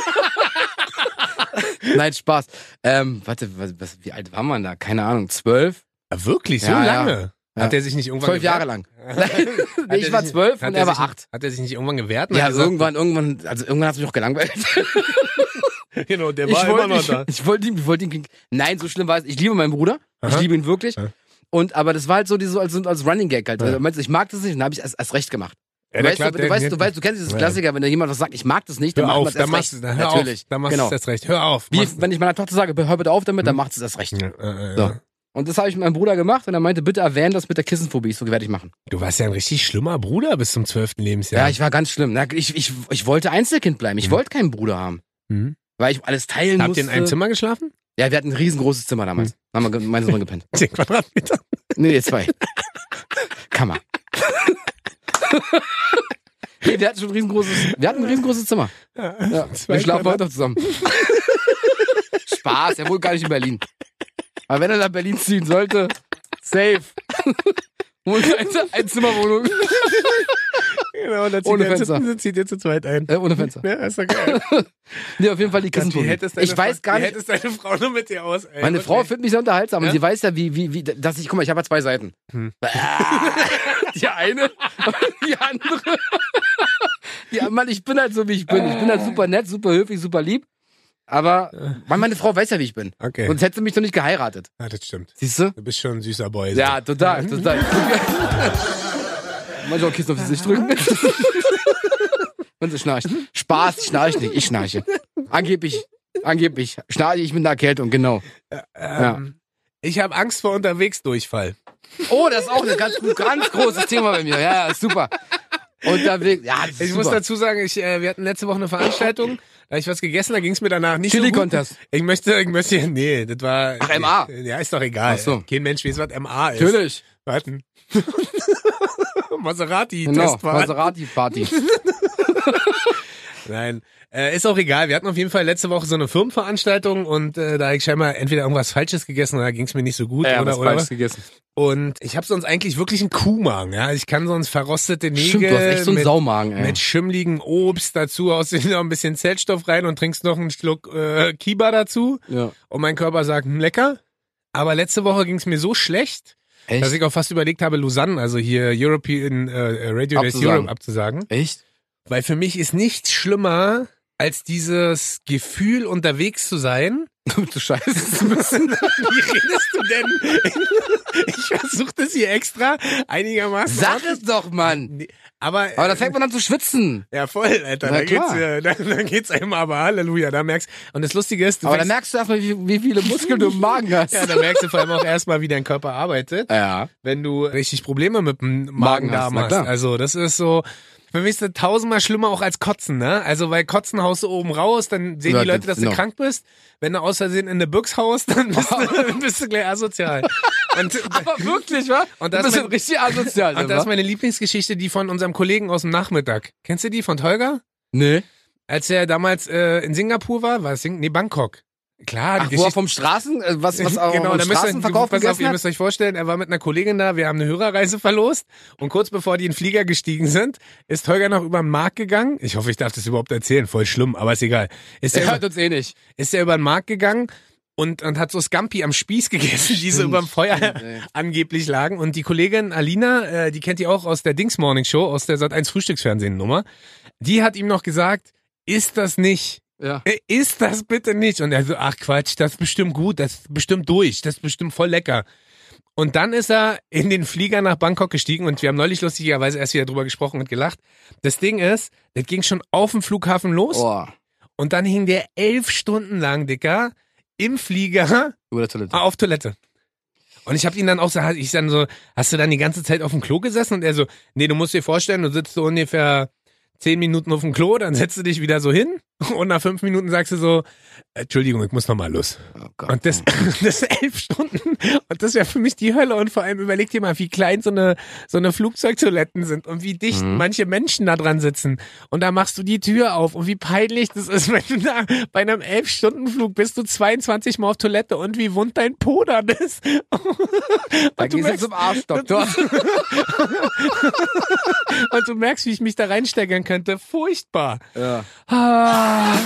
Speaker 2: Nein, Spaß. Ähm, warte, was, was, wie alt war man da? Keine Ahnung, zwölf?
Speaker 1: Ja, wirklich so
Speaker 2: Ja, ja.
Speaker 1: lange?
Speaker 2: Ja.
Speaker 1: Hat er sich nicht irgendwann
Speaker 2: Zwölf Jahre
Speaker 1: gewehrt?
Speaker 2: lang.
Speaker 1: *laughs* Hat er
Speaker 2: nee, ich war
Speaker 1: sich-
Speaker 2: zwölf
Speaker 1: hat
Speaker 2: und er war
Speaker 1: sich-
Speaker 2: acht.
Speaker 1: Hat er sich nicht irgendwann gewehrt? und
Speaker 2: Ja,
Speaker 1: hat gesagt,
Speaker 2: irgendwann, irgendwann, also irgendwann hat es mich auch gelangweilt.
Speaker 1: *laughs* Genau, der
Speaker 2: Ich
Speaker 1: war immer
Speaker 2: wollte
Speaker 1: noch
Speaker 2: ich,
Speaker 1: da.
Speaker 2: ich wollte ihn, ich wollte ihn, nein, so schlimm war es. Ich liebe meinen Bruder.
Speaker 1: Aha.
Speaker 2: Ich liebe ihn wirklich.
Speaker 1: Ja.
Speaker 2: Und, aber das war halt so, diese, als, als Running Gag halt.
Speaker 1: Ja.
Speaker 2: Also, meinst du, ich mag das nicht, dann habe ich es erst recht gemacht.
Speaker 1: Ja,
Speaker 2: du,
Speaker 1: der
Speaker 2: weißt,
Speaker 1: klar,
Speaker 2: du,
Speaker 1: der-
Speaker 2: du, weißt,
Speaker 1: der-
Speaker 2: du weißt, du kennst dieses
Speaker 1: Ja.
Speaker 2: Klassiker, wenn da jemand was sagt, ich mag das nicht, dann
Speaker 1: Hör
Speaker 2: macht
Speaker 1: auf,
Speaker 2: man es
Speaker 1: dann
Speaker 2: erst
Speaker 1: machst,
Speaker 2: recht.
Speaker 1: dann hör
Speaker 2: Natürlich.
Speaker 1: auf, dann machst
Speaker 2: genau.
Speaker 1: du das recht. Hör auf. machst
Speaker 2: Wie,
Speaker 1: du. Hm.
Speaker 2: wenn ich meiner Tochter sage, hör bitte auf damit, dann macht sie es erst recht.
Speaker 1: Ja, äh, äh,
Speaker 2: So.
Speaker 1: ja.
Speaker 2: Und das habe ich mit meinem Bruder gemacht und er meinte, bitte erwähnen das mit der Kissenphobie. Ich so, werde ich machen.
Speaker 1: Du warst ja ein richtig schlimmer Bruder bis zum zwölften
Speaker 2: Ja,
Speaker 1: Lebensjahr.
Speaker 2: ich war ganz schlimm. Na, Ich, ich, ich wollte Einzelkind bleiben. Ich
Speaker 1: Mhm.
Speaker 2: wollte keinen Bruder haben.
Speaker 1: hm?
Speaker 2: Weil ich alles teilen
Speaker 1: Habt
Speaker 2: musste.
Speaker 1: ihr in einem Zimmer Hm. geschlafen? *laughs*
Speaker 2: Ja, wir hatten ein riesengroßes Zimmer damals. Da haben wir gemeinsam drin gepennt.
Speaker 1: Zehn Quadratmeter.
Speaker 2: Nee, nee, zwei. Kammer. nee, wir hatten schon ein riesengroßes, wir hatten ein riesengroßes Zimmer. Ja,
Speaker 1: Zwei
Speaker 2: wir schlafen
Speaker 1: Quadrat-
Speaker 2: heute noch zusammen. Spaß, er wohnt gar nicht in Berlin. Aber wenn er nach Berlin ziehen sollte, safe. Wohnt in einer Einzimmerwohnung
Speaker 1: Genau, da
Speaker 2: Ohne
Speaker 1: ihr zu- *laughs*
Speaker 2: Fenster.
Speaker 1: dann zieht ihr zu zweit ein.
Speaker 2: äh, ohne Fenster.
Speaker 1: Ja, ist doch geil.
Speaker 2: Nee, auf jeden Fall die
Speaker 1: Gott, wie
Speaker 2: Kissenphobie.
Speaker 1: Also hättest deine
Speaker 2: Ich weiß
Speaker 1: Frau-
Speaker 2: gar
Speaker 1: wie
Speaker 2: nicht.
Speaker 1: hättest deine Frau nur mit dir aus. Ey.
Speaker 2: Meine Frau findet mich sehr unterhaltsam
Speaker 1: Ja?
Speaker 2: und sie weiß ja, wie, wie, wie, dass ich, guck mal, ich habe ja zwei Seiten.
Speaker 1: Hm. *laughs*
Speaker 2: Die eine und die andere. *laughs* Ja, Mann, ich bin halt so, wie ich bin. Ich bin halt super nett, super höflich, super lieb. Aber Mann, meine Frau weiß ja, wie ich bin.
Speaker 1: Okay.
Speaker 2: Sonst hätte sie mich doch nicht geheiratet.
Speaker 1: ah, das stimmt.
Speaker 2: Siehst du?
Speaker 1: Du bist schon ein süßer Boy. so.
Speaker 2: Ja, total,
Speaker 1: *laughs*
Speaker 2: total. Manchmal auch Kissen auf die Sicht
Speaker 1: *laughs*
Speaker 2: drücken. Wenn sie schnarcht. Spaß, ich schnarche nicht, ich schnarche. Angeblich, angeblich schnarche ich mit einer Erkältung, genau.
Speaker 1: Ähm, Ich habe Angst vor unterwegs Durchfall.
Speaker 2: Oh, das ist auch ein ganz, ganz großes Thema bei mir. Ja, ja, super. Unterwegs, ja, das ist
Speaker 1: Ich
Speaker 2: super.
Speaker 1: muss dazu sagen, ich, äh, wir hatten letzte Woche eine Veranstaltung, da hab ich was gegessen, da ging es mir danach nicht so
Speaker 2: Chili
Speaker 1: gut.
Speaker 2: Contest.
Speaker 1: Ich möchte, ich möchte, nee, das war.
Speaker 2: Ach, MA.
Speaker 1: Ja, ist doch egal.
Speaker 2: Ach so.
Speaker 1: Kein Mensch weiß, was MA ist.
Speaker 2: Natürlich,
Speaker 1: Warten. *laughs* Maserati,
Speaker 2: genau.
Speaker 1: Testfahrt.
Speaker 2: Maserati-Party.
Speaker 1: Nein, äh, ist auch egal. Wir hatten auf jeden Fall letzte Woche so eine Firmenveranstaltung und äh, da hab ich scheinbar entweder irgendwas Falsches gegessen oder ging es mir nicht so gut oder, oder was.
Speaker 2: gegessen.
Speaker 1: Und ich habe sonst eigentlich wirklich einen Kuhmagen. Ja, ich kann sonst verrostete Nägel
Speaker 2: Stimmt, du hast echt so einen
Speaker 1: mit,
Speaker 2: Saumagen, ey.
Speaker 1: mit schimmligem Obst dazu, aus noch ein bisschen Zellstoff rein und trinkst noch einen Schluck äh, Kiba dazu.
Speaker 2: Ja.
Speaker 1: Und mein Körper sagt, hm, lecker. Aber letzte Woche ging es mir so schlecht, dass
Speaker 2: Echt?
Speaker 1: Also ich auch fast überlegt habe, Lausanne, also hier European äh, Radio Days
Speaker 2: Abzusagen.
Speaker 1: Europe abzusagen. *laughs*
Speaker 2: Echt?
Speaker 1: Weil für mich ist nichts schlimmer als dieses Gefühl, unterwegs zu sein. *laughs*
Speaker 2: *laughs* Du Scheiße.
Speaker 1: Wie redest du denn? *laughs* Ich versuche das hier extra einigermaßen.
Speaker 2: Sag es doch, Mann.
Speaker 1: Nee, Aber, äh,
Speaker 2: Aber da fängt man an zu schwitzen.
Speaker 1: ja voll, Alter.
Speaker 2: Na
Speaker 1: Da geht's,
Speaker 2: klar.
Speaker 1: äh, *laughs* da, da geht's einem aber Halleluja. Da merkst und das Lustige ist, du
Speaker 2: Aber da
Speaker 1: fängst-
Speaker 2: merkst du erstmal, wie, wie viele Muskeln du
Speaker 1: *laughs*
Speaker 2: im Magen hast.
Speaker 1: ja, da merkst du vor allem auch erstmal, wie dein Körper arbeitet.
Speaker 2: Ja.
Speaker 1: wenn du richtig Probleme mit dem
Speaker 2: Magen
Speaker 1: Magen-Darm
Speaker 2: hast, na
Speaker 1: hast.
Speaker 2: klar.
Speaker 1: Also das ist so, für mich ist das tausendmal schlimmer auch als Kotzen, ne? Also weil Kotzen haust du oben raus, dann sehen
Speaker 2: Ja,
Speaker 1: die Leute, dass du
Speaker 2: genau.
Speaker 1: krank bist. Wenn du aus Versehen in eine Büchs haust, dann bist du,
Speaker 2: *laughs*
Speaker 1: *laughs* bist du gleich asozial. Und,
Speaker 2: Aber wirklich, wa?
Speaker 1: Und
Speaker 2: Und
Speaker 1: das
Speaker 2: das du bist
Speaker 1: mein-
Speaker 2: ein richtig asozial.
Speaker 1: und das ist meine Lieblingsgeschichte, die von unserem Kollegen aus dem Nachmittag. Kennst du die von Holger?
Speaker 2: nee.
Speaker 1: Als er damals äh, in Singapur war, war es Sing nee, Bangkok. Klar, die
Speaker 2: Ach, wo er
Speaker 1: Geschichte *laughs*
Speaker 2: vom Straßen, äh, was, was auch
Speaker 1: genau,
Speaker 2: am
Speaker 1: da müsst ihr,
Speaker 2: Straßenverkauf
Speaker 1: pass auf,
Speaker 2: gegessen
Speaker 1: ihr
Speaker 2: hat?
Speaker 1: müsst euch vorstellen, er war mit einer Kollegin da, wir haben eine Hörerreise verlost und kurz bevor die in den Flieger gestiegen sind, ist Holger noch über den Markt gegangen. Ich hoffe, ich darf das überhaupt erzählen, voll schlimm, aber ist egal. Ist
Speaker 2: Der
Speaker 1: er,
Speaker 2: hört
Speaker 1: über,
Speaker 2: uns eh nicht.
Speaker 1: ist er über den Markt gegangen und, und hat so Scampi am Spieß gegessen, die so
Speaker 2: Stimmt,
Speaker 1: über dem Feuer
Speaker 2: stimmt, ey.
Speaker 1: angeblich lagen. Und die Kollegin Alina, äh, die kennt ihr auch aus der Dings Morning Show, aus der Sat 1 Frühstücksfernsehen Nummer, die hat ihm noch gesagt, ist das nicht
Speaker 2: Ja.
Speaker 1: äh, Ist das bitte nicht? Und er so, ach Quatsch, das ist bestimmt gut, das ist bestimmt durch, das ist bestimmt voll lecker. Und dann ist er in den Flieger nach Bangkok gestiegen und wir haben neulich lustigerweise erst wieder drüber gesprochen und gelacht. Das Ding ist, das ging schon auf dem Flughafen los
Speaker 2: Oh,
Speaker 1: und dann hing der elf Stunden lang, Dicker, im Flieger
Speaker 2: über der Toilette.
Speaker 1: Ah, auf Toilette. Und ich habe ihn dann auch so, ich dann so, hast du dann die ganze Zeit auf dem Klo gesessen? Und er so, nee, du musst dir vorstellen, du sitzt so ungefähr zehn Minuten auf dem Klo, dann setzt du dich wieder so hin *laughs* und nach fünf Minuten sagst du so, Entschuldigung, ich muss nochmal los.
Speaker 2: Oh Gott.
Speaker 1: Und das, *laughs* das elf Stunden. Und das wäre für mich die Hölle. Und vor allem überleg dir mal, wie klein so eine, so eine Flugzeugtoiletten sind und wie dicht
Speaker 2: Mhm.
Speaker 1: manche Menschen da dran sitzen. Und da machst du die Tür auf und wie peinlich das ist, *laughs* wenn du da bei einem elf Stunden Flug bist du 22 Mal auf Toilette und wie wund dein Po dann *laughs* ist.
Speaker 2: da
Speaker 1: du
Speaker 2: gehst du
Speaker 1: merkst-
Speaker 2: zum Arschdoktor.
Speaker 1: Und du merkst, wie ich mich da reinsteigern könnte. Furchtbar.
Speaker 2: ja.
Speaker 1: Ah.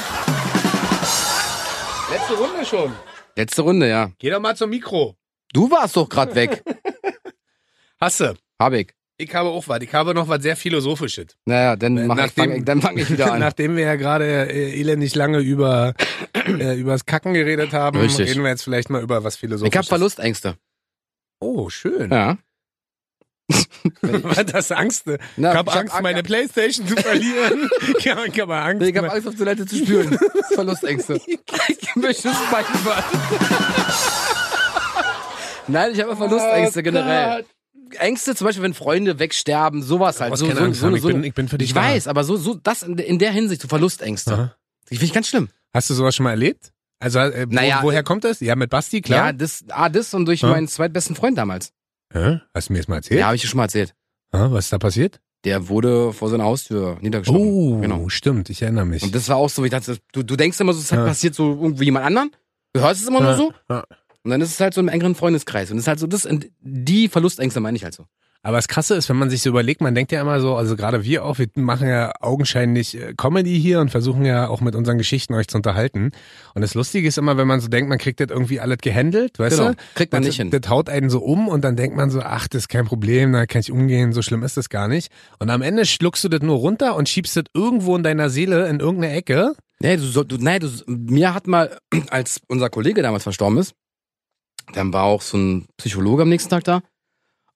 Speaker 1: Letzte Runde schon.
Speaker 2: Letzte Runde, ja.
Speaker 1: Geh doch mal zum Mikro.
Speaker 2: Du warst doch gerade *laughs* weg.
Speaker 1: Hasse.
Speaker 2: Hab ich.
Speaker 1: Ich habe auch was. Ich habe noch was sehr Philosophisches.
Speaker 2: Naja, dann, mach ich,
Speaker 1: Nachdem-
Speaker 2: fang, ich- dann fang
Speaker 1: *laughs*
Speaker 2: ich *laughs* wieder an.
Speaker 1: Nachdem wir ja gerade äh, elendig lange
Speaker 2: *coughs*
Speaker 1: über äh, übers Kacken geredet haben,
Speaker 2: Richtig.
Speaker 1: reden wir jetzt vielleicht mal über was Philosophisches.
Speaker 2: Ich hab Verlustängste.
Speaker 1: Oh, schön.
Speaker 2: Ja.
Speaker 1: *laughs* Was das Angst? Ich
Speaker 2: Na,
Speaker 1: hab
Speaker 2: ich hab
Speaker 1: Angst,
Speaker 2: Ang-
Speaker 1: meine Playstation zu
Speaker 2: *laughs*
Speaker 1: verlieren. ich hab- ich hab Angst.
Speaker 2: Ich habe
Speaker 1: mein-
Speaker 2: Angst, auf Toilette zu spülen. *laughs* Verlustängste. *laughs* ich möchte das Bein ver- *laughs* Nein, ich habe Verlustängste
Speaker 1: Oh
Speaker 2: generell.
Speaker 1: Gott.
Speaker 2: Ängste zum Beispiel, wenn Freunde wegsterben, sowas halt.
Speaker 1: brauchst
Speaker 2: So,
Speaker 1: keine
Speaker 2: so,
Speaker 1: Angst
Speaker 2: so,
Speaker 1: haben, ich
Speaker 2: so,
Speaker 1: bin- ich bin für dich
Speaker 2: Ich
Speaker 1: da.
Speaker 2: weiß, aber so, so das in, in der Hinsicht, so Verlustängste.
Speaker 1: Aha.
Speaker 2: Die finde ich ganz schlimm.
Speaker 1: Hast du sowas schon mal erlebt? Also äh, wo,
Speaker 2: Naja,
Speaker 1: woher kommt das? Ja, mit Basti, klar.
Speaker 2: Ja, das, ah, das und durch
Speaker 1: Ja.
Speaker 2: meinen zweitbesten Freund damals.
Speaker 1: Hä? Hast du mir jetzt mal erzählt?
Speaker 2: Ja, habe ich dir schon mal erzählt.
Speaker 1: Hä? Was ist da passiert?
Speaker 2: Der wurde vor seiner Haustür niedergeschlagen.
Speaker 1: Oh,
Speaker 2: Genau.
Speaker 1: stimmt, ich erinnere mich.
Speaker 2: Und das war auch so, wie ich dachte, du, du denkst immer so, es hat
Speaker 1: Ja.
Speaker 2: passiert so irgendwie jemand anderen. Du hörst es immer nur
Speaker 1: Ja,
Speaker 2: so.
Speaker 1: ja.
Speaker 2: Und dann ist es halt so im engeren Freundeskreis. Und das ist halt so, das, und die Verlustängste meine ich halt so.
Speaker 1: Aber das Krasse ist, wenn man sich so überlegt, man denkt ja immer so, also gerade wir auch, wir machen ja augenscheinlich äh, Comedy hier und versuchen ja auch mit unseren Geschichten euch zu unterhalten. Und das Lustige ist immer, wenn man so denkt, man kriegt das irgendwie alles gehandelt, weißt
Speaker 2: Genau.
Speaker 1: du?
Speaker 2: Kriegt man
Speaker 1: Das-
Speaker 2: nicht hin.
Speaker 1: Das haut einen so um und dann denkt man so, ach, das ist kein Problem, da kann ich umgehen, so schlimm ist das gar nicht. Und am Ende schluckst du das nur runter und schiebst das irgendwo in deiner Seele in irgendeine Ecke.
Speaker 2: Nee, du, soll- du, nee, du, mir hat mal, *clears throat* als unser Kollege damals verstorben ist, dann war auch so ein Psychologe am nächsten Tag da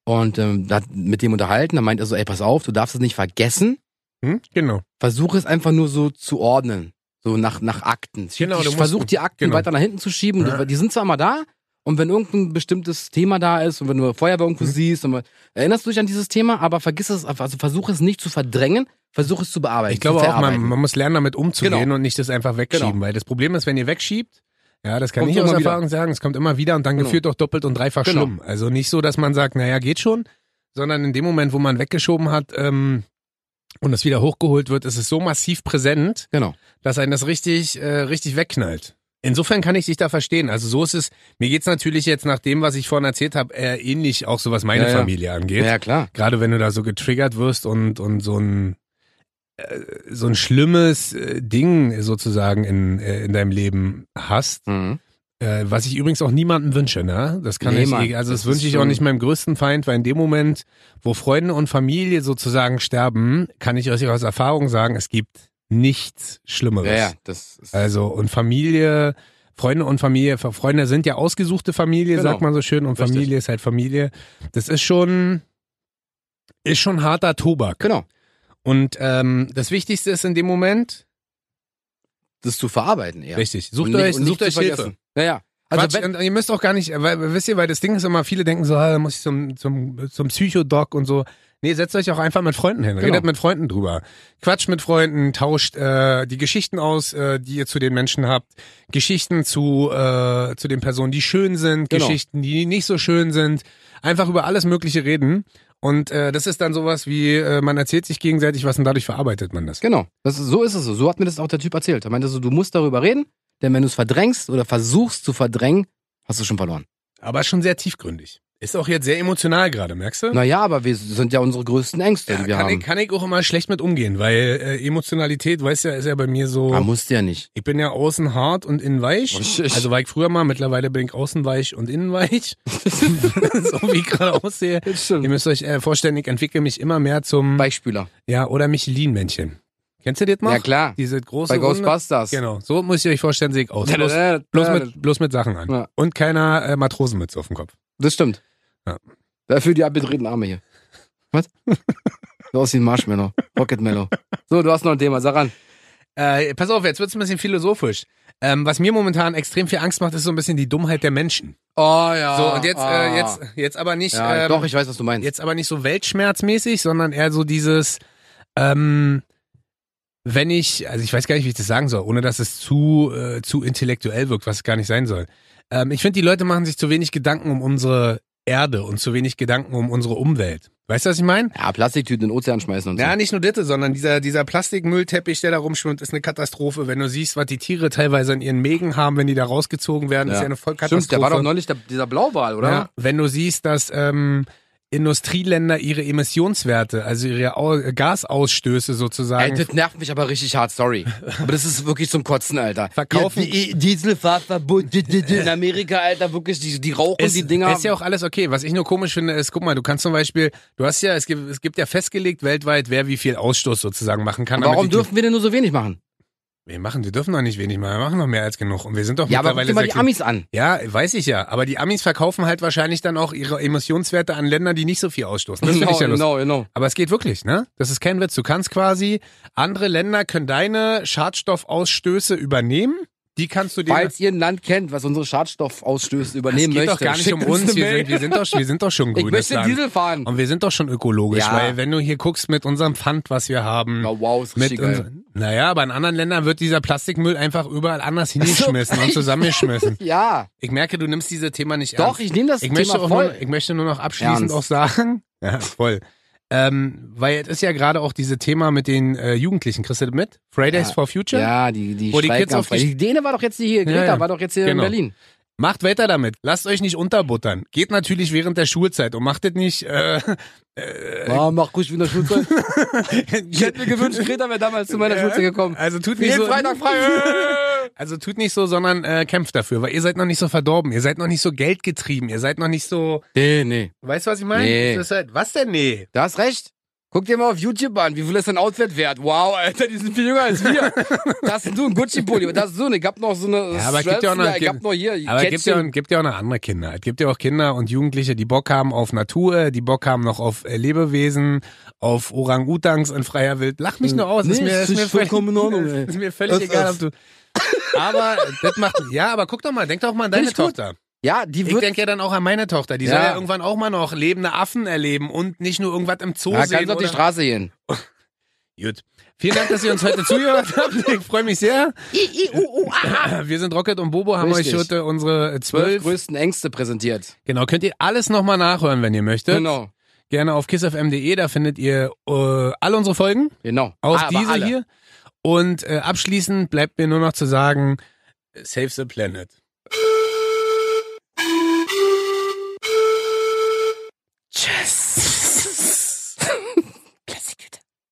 Speaker 2: und ähm, da hat mit dem unterhalten. Da meint er so, ey, pass auf, du darfst es nicht vergessen.
Speaker 1: Hm? Genau.
Speaker 2: Versuche es einfach nur so zu ordnen, so nach, nach Akten.
Speaker 1: Genau, du
Speaker 2: ich
Speaker 1: musst-
Speaker 2: versuche die Akten
Speaker 1: genau.
Speaker 2: weiter nach hinten zu schieben.
Speaker 1: Ja.
Speaker 2: Die sind zwar immer da und wenn irgendein bestimmtes Thema da ist und wenn du Feuerwehr irgendwo
Speaker 1: Mhm.
Speaker 2: siehst, und, erinnerst du dich an dieses Thema, aber vergiss es, also versuche es nicht zu verdrängen, versuche es zu bearbeiten.
Speaker 1: Ich glaube
Speaker 2: zu
Speaker 1: auch, man,
Speaker 2: verarbeiten.
Speaker 1: man muss lernen, damit umzugehen
Speaker 2: Genau.
Speaker 1: und nicht das einfach wegschieben.
Speaker 2: Genau.
Speaker 1: Weil das Problem ist, wenn ihr wegschiebt, ja, das kann
Speaker 2: Kommt
Speaker 1: ich aus
Speaker 2: immer wieder.
Speaker 1: Erfahrung sagen, es kommt immer wieder und dann
Speaker 2: Genau.
Speaker 1: gefühlt auch doppelt und dreifach
Speaker 2: Genau.
Speaker 1: schlimm. Also nicht so, dass man sagt, naja, geht schon, sondern in dem Moment, wo man weggeschoben hat ähm, und es wieder hochgeholt wird, ist es so massiv präsent,
Speaker 2: Genau.
Speaker 1: dass einen das richtig, äh, richtig wegknallt. Insofern kann ich dich da verstehen. Also so ist es, mir geht's natürlich jetzt nach dem, was ich vorhin erzählt habe, äh, ähnlich auch so was meine
Speaker 2: Ja, ja.
Speaker 1: Familie angeht
Speaker 2: Ja, klar.
Speaker 1: gerade wenn du da so getriggert wirst und, und so ein äh, so ein schlimmes äh, Ding sozusagen in, äh, in deinem Leben hast,
Speaker 2: Mhm.
Speaker 1: äh, was ich übrigens auch niemandem wünsche, ne? Das kann
Speaker 2: Nee,
Speaker 1: ich,
Speaker 2: Mann,
Speaker 1: eh- also das,
Speaker 2: das
Speaker 1: wünsche
Speaker 2: ist
Speaker 1: ich auch
Speaker 2: schon-
Speaker 1: nicht meinem größten Feind, weil in dem Moment, wo Freunde und Familie sozusagen sterben, kann ich euch aus Erfahrung sagen, es gibt nichts Schlimmeres.
Speaker 2: Ja, ja, das ist.
Speaker 1: Also und Familie, Freunde und Familie, Ver- Freunde sind ja ausgesuchte Familie,
Speaker 2: Genau.
Speaker 1: sagt man so schön, und
Speaker 2: Richtig.
Speaker 1: Familie ist halt Familie. Das ist schon, ist schon harter Tobak.
Speaker 2: genau.
Speaker 1: Und ähm, das Wichtigste ist in dem Moment,
Speaker 2: Das zu verarbeiten eher.
Speaker 1: richtig, sucht
Speaker 2: Und nicht-
Speaker 1: euch,
Speaker 2: und nicht
Speaker 1: sucht
Speaker 2: zu
Speaker 1: euch Hilfe.
Speaker 2: vergessen. Ja, ja. Also,
Speaker 1: Quatsch,
Speaker 2: wenn,
Speaker 1: und ihr müsst auch gar nicht, weil, wisst ihr, weil das Ding ist immer, viele denken so, ah, da muss ich zum, zum, zum Psychodoc und so. Nee, setzt euch auch einfach mit Freunden hin,
Speaker 2: Genau.
Speaker 1: redet mit Freunden drüber. Quatscht mit Freunden, tauscht äh, die Geschichten aus, äh, die ihr zu den Menschen habt. Geschichten zu, äh, zu den Personen, die schön sind,
Speaker 2: Genau.
Speaker 1: Geschichten, die nicht so schön sind. Einfach über alles Mögliche reden. Und äh, das ist dann sowas wie, äh, man erzählt sich gegenseitig was und dadurch verarbeitet man das.
Speaker 2: genau. Das ist, so ist es so. So hat mir das auch der Typ erzählt. Er meinte so, du musst darüber reden, denn wenn du es verdrängst oder versuchst zu verdrängen, hast du schon verloren.
Speaker 1: Aber schon sehr tiefgründig. Ist auch jetzt sehr emotional gerade, merkst du?
Speaker 2: Naja, aber wir sind ja unsere größten Ängste,
Speaker 1: Äh, Ja,
Speaker 2: die wir
Speaker 1: kann,
Speaker 2: haben.
Speaker 1: ich, kann ich auch immer schlecht mit umgehen, weil äh, Emotionalität, weißt ja, ist ja bei mir
Speaker 2: Man
Speaker 1: so,
Speaker 2: muss ja *laughs* nicht.
Speaker 1: ich bin ja außen hart und innen weich.
Speaker 2: Richtig.
Speaker 1: Also war ich früher mal, mittlerweile bin ich außen weich und innen weich. *laughs* so wie ich gerade aussehe.
Speaker 2: Das
Speaker 1: Ihr müsst euch äh, vorstellen, ich entwickle mich immer mehr zum,
Speaker 2: Weichspüler.
Speaker 1: ja, oder Michelin-Männchen. Kennst du das noch?
Speaker 2: Ja, klar.
Speaker 1: Diese große
Speaker 2: Bei
Speaker 1: Runde.
Speaker 2: Ghostbusters.
Speaker 1: Genau, so muss ich euch vorstellen, sehe ich aus. Bloß, bloß, mit, bloß mit Sachen an.
Speaker 2: Ja.
Speaker 1: Und keiner äh, Matrosenmütze auf dem Kopf.
Speaker 2: Das stimmt.
Speaker 1: Ja.
Speaker 2: Dafür die abgedrehten Arme hier. *laughs* Was? so aus wie ein Marshmallow. Rocketmallow. So, du hast noch ein Thema, sag ran.
Speaker 1: Äh, pass auf, jetzt wird's ein bisschen philosophisch. Ähm, was mir momentan extrem viel Angst macht, ist so ein bisschen die Dummheit der Menschen.
Speaker 2: Oh ja. Ah.
Speaker 1: so, und jetzt, äh, jetzt, jetzt aber nicht.
Speaker 2: Ja,
Speaker 1: ähm,
Speaker 2: doch, ich weiß, was du meinst.
Speaker 1: Jetzt aber nicht so weltschmerzmäßig, sondern eher so dieses, ähm, wenn ich, also ich weiß gar nicht, wie ich das sagen soll, ohne dass es zu, äh, zu intellektuell wirkt, was es gar nicht sein soll. Ähm, ich finde, die Leute machen sich zu wenig Gedanken um unsere Erde und zu wenig Gedanken um unsere Umwelt. Weißt du, was ich meine?
Speaker 2: Ja, Plastiktüten in den Ozean schmeißen und so.
Speaker 1: Ja, nicht nur das, sondern dieser, dieser Plastikmüllteppich, der da rumschwimmt, ist eine Katastrophe. Wenn du siehst, was die Tiere teilweise in ihren Mägen haben, wenn die da rausgezogen werden, ist ja eine Vollkatastrophe.
Speaker 2: Stimmt, der war doch neulich der, dieser Blauwal, oder?
Speaker 1: Ja, wenn du siehst, dass ähm, Industrieländer ihre Emissionswerte, also ihre Au Gasausstöße
Speaker 2: Ey,
Speaker 1: sozusagen,
Speaker 2: das nervt mich aber richtig hart, sorry. Aber das ist wirklich zum Kotzen, Alter.
Speaker 1: Verkaufen-
Speaker 2: Ja, die- Dieselfahrverbot di- di- di- in Amerika, Alter, wirklich, die, die rauchen
Speaker 1: ist,
Speaker 2: die Dinger.
Speaker 1: ist ja auch alles okay. Was ich nur komisch finde, ist, guck mal, du kannst zum Beispiel, du hast ja, es gibt, es gibt ja festgelegt weltweit, wer wie viel Ausstoß sozusagen machen kann. damit
Speaker 2: Warum
Speaker 1: die-
Speaker 2: dürfen wir denn nur so wenig machen?
Speaker 1: wir machen? Wir dürfen doch nicht wenig machen, wir machen noch mehr als genug. Und wir sind doch
Speaker 2: Ja, aber guck
Speaker 1: mittlerweile
Speaker 2: dir mal die
Speaker 1: sehr
Speaker 2: Amis an.
Speaker 1: Ja, weiß ich ja. Aber die Amis verkaufen halt wahrscheinlich dann auch ihre Emissionswerte an Länder, die nicht so viel ausstoßen. Das finde ich ja lustig.
Speaker 2: genau, genau.
Speaker 1: Aber es geht wirklich, ne? Das ist kein Witz. Du kannst quasi, andere Länder können deine Schadstoffausstöße übernehmen. Die kannst du dir.
Speaker 2: Falls ihr ein Land kennt, was unsere Schadstoffausstöße
Speaker 1: es geht
Speaker 2: übernehmen möchte,
Speaker 1: doch gar nicht
Speaker 2: schickt
Speaker 1: um
Speaker 2: eine
Speaker 1: uns. Wir
Speaker 2: Mail.
Speaker 1: sind, wir, sind doch, wir sind doch schon ein
Speaker 2: ich
Speaker 1: grünes
Speaker 2: möchte
Speaker 1: Land.
Speaker 2: Diesel fahren.
Speaker 1: Und wir sind doch schon ökologisch,
Speaker 2: Ja.
Speaker 1: weil wenn du hier guckst mit unserem Pfand, was wir haben.
Speaker 2: Oh, wow, ist
Speaker 1: Mit
Speaker 2: richtig geil.
Speaker 1: uns, naja, aber in anderen Ländern wird dieser Plastikmüll einfach überall *laughs* anders hingeschmissen und zusammengeschmissen.
Speaker 2: Ja,
Speaker 1: Ich merke, du nimmst dieses Thema nicht ernst.
Speaker 2: doch, ich nehme das
Speaker 1: ich
Speaker 2: Thema
Speaker 1: möchte, auch
Speaker 2: voll.
Speaker 1: nur, ich möchte nur noch abschließend
Speaker 2: Ernst.
Speaker 1: auch
Speaker 2: *laughs*
Speaker 1: sagen, ja, voll. Ähm, weil es ist ja gerade auch dieses Thema mit den äh, Jugendlichen. Kriegst du das mit? Fridays
Speaker 2: Ja.
Speaker 1: for Future?
Speaker 2: Ja, die, die,
Speaker 1: Wo die
Speaker 2: streiken
Speaker 1: Kids
Speaker 2: am
Speaker 1: auf die-
Speaker 2: Freitag. Däne war doch jetzt hier, Greta
Speaker 1: Ja, ja.
Speaker 2: war doch jetzt hier
Speaker 1: Genau.
Speaker 2: in Berlin.
Speaker 1: Macht weiter damit. Lasst euch nicht unterbuttern. Geht natürlich während der Schulzeit und macht das nicht. Äh,
Speaker 2: Ah, mach ruhig wieder *laughs* Schulzeit. *laughs* Ich hätte mir gewünscht, Greta wäre damals zu meiner Schulzeit gekommen.
Speaker 1: Also tut nicht
Speaker 2: Jeden
Speaker 1: so.
Speaker 2: Freitag frei.
Speaker 1: *laughs* Also tut nicht so, sondern äh, kämpft dafür, weil ihr seid noch nicht so verdorben, ihr seid noch nicht so geldgetrieben, ihr seid noch nicht so.
Speaker 2: Nee, nee.
Speaker 1: Weißt du, was ich meine?
Speaker 2: Nee.
Speaker 1: Das ist halt, was denn nee?
Speaker 2: Du hast recht. Guck dir mal auf YouTube an, wie viel ist dein Outfit wert? Wow, Alter, die sind viel jünger als wir. Das ist du ein Gucci-Pulli und das ist so eine. Ich hab noch so eine
Speaker 1: Ja, aber es gibt ja auch noch-
Speaker 2: Straps- ich hab noch hier
Speaker 1: Aber es gibt ja,
Speaker 2: Kettchen.
Speaker 1: auch- gibt ja auch noch andere Kinder. Es gibt ja auch Kinder und Jugendliche, die Bock haben auf Natur, die Bock haben noch auf äh, Lebewesen, auf Orang-Utans in freier Wild. Lach mich nur aus.
Speaker 2: Hm. Nee,
Speaker 1: ist mir,
Speaker 2: es
Speaker 1: ist
Speaker 2: ist
Speaker 1: mir völlig,
Speaker 2: vollkommen in
Speaker 1: *laughs*
Speaker 2: Ordnung, ey.
Speaker 1: ist mir völlig
Speaker 2: Es
Speaker 1: egal, ob
Speaker 2: ist-
Speaker 1: du. Aber das macht. Ja, aber guck doch mal, denk doch mal an
Speaker 2: Find
Speaker 1: deine
Speaker 2: ich gut.
Speaker 1: Tochter.
Speaker 2: ja, die
Speaker 1: Ich
Speaker 2: wird
Speaker 1: denke ja dann auch an meine Tochter. Die soll
Speaker 2: Ja.
Speaker 1: ja irgendwann auch mal noch lebende Affen erleben und nicht nur irgendwas im Zoo
Speaker 2: ja,
Speaker 1: sehen.
Speaker 2: kannst auf die
Speaker 1: oder-
Speaker 2: Straße gehen.
Speaker 1: Gut. Vielen Dank, dass ihr uns heute *laughs* zugehört habt. Ich freue mich sehr. Wir sind Rocket und Bobo, haben
Speaker 2: ah. Richtig.
Speaker 1: euch heute unsere
Speaker 2: Zwölf
Speaker 1: zwölf.
Speaker 2: größten Ängste präsentiert.
Speaker 1: Genau, könnt ihr alles nochmal nachhören, wenn ihr möchtet.
Speaker 2: Genau,
Speaker 1: Gerne auf kissfm.de, da findet ihr äh, alle unsere Folgen,
Speaker 2: genau.
Speaker 1: auch
Speaker 2: Aber
Speaker 1: diese
Speaker 2: alle.
Speaker 1: hier. Und äh, abschließend bleibt mir nur noch zu sagen, save the planet.
Speaker 2: *laughs*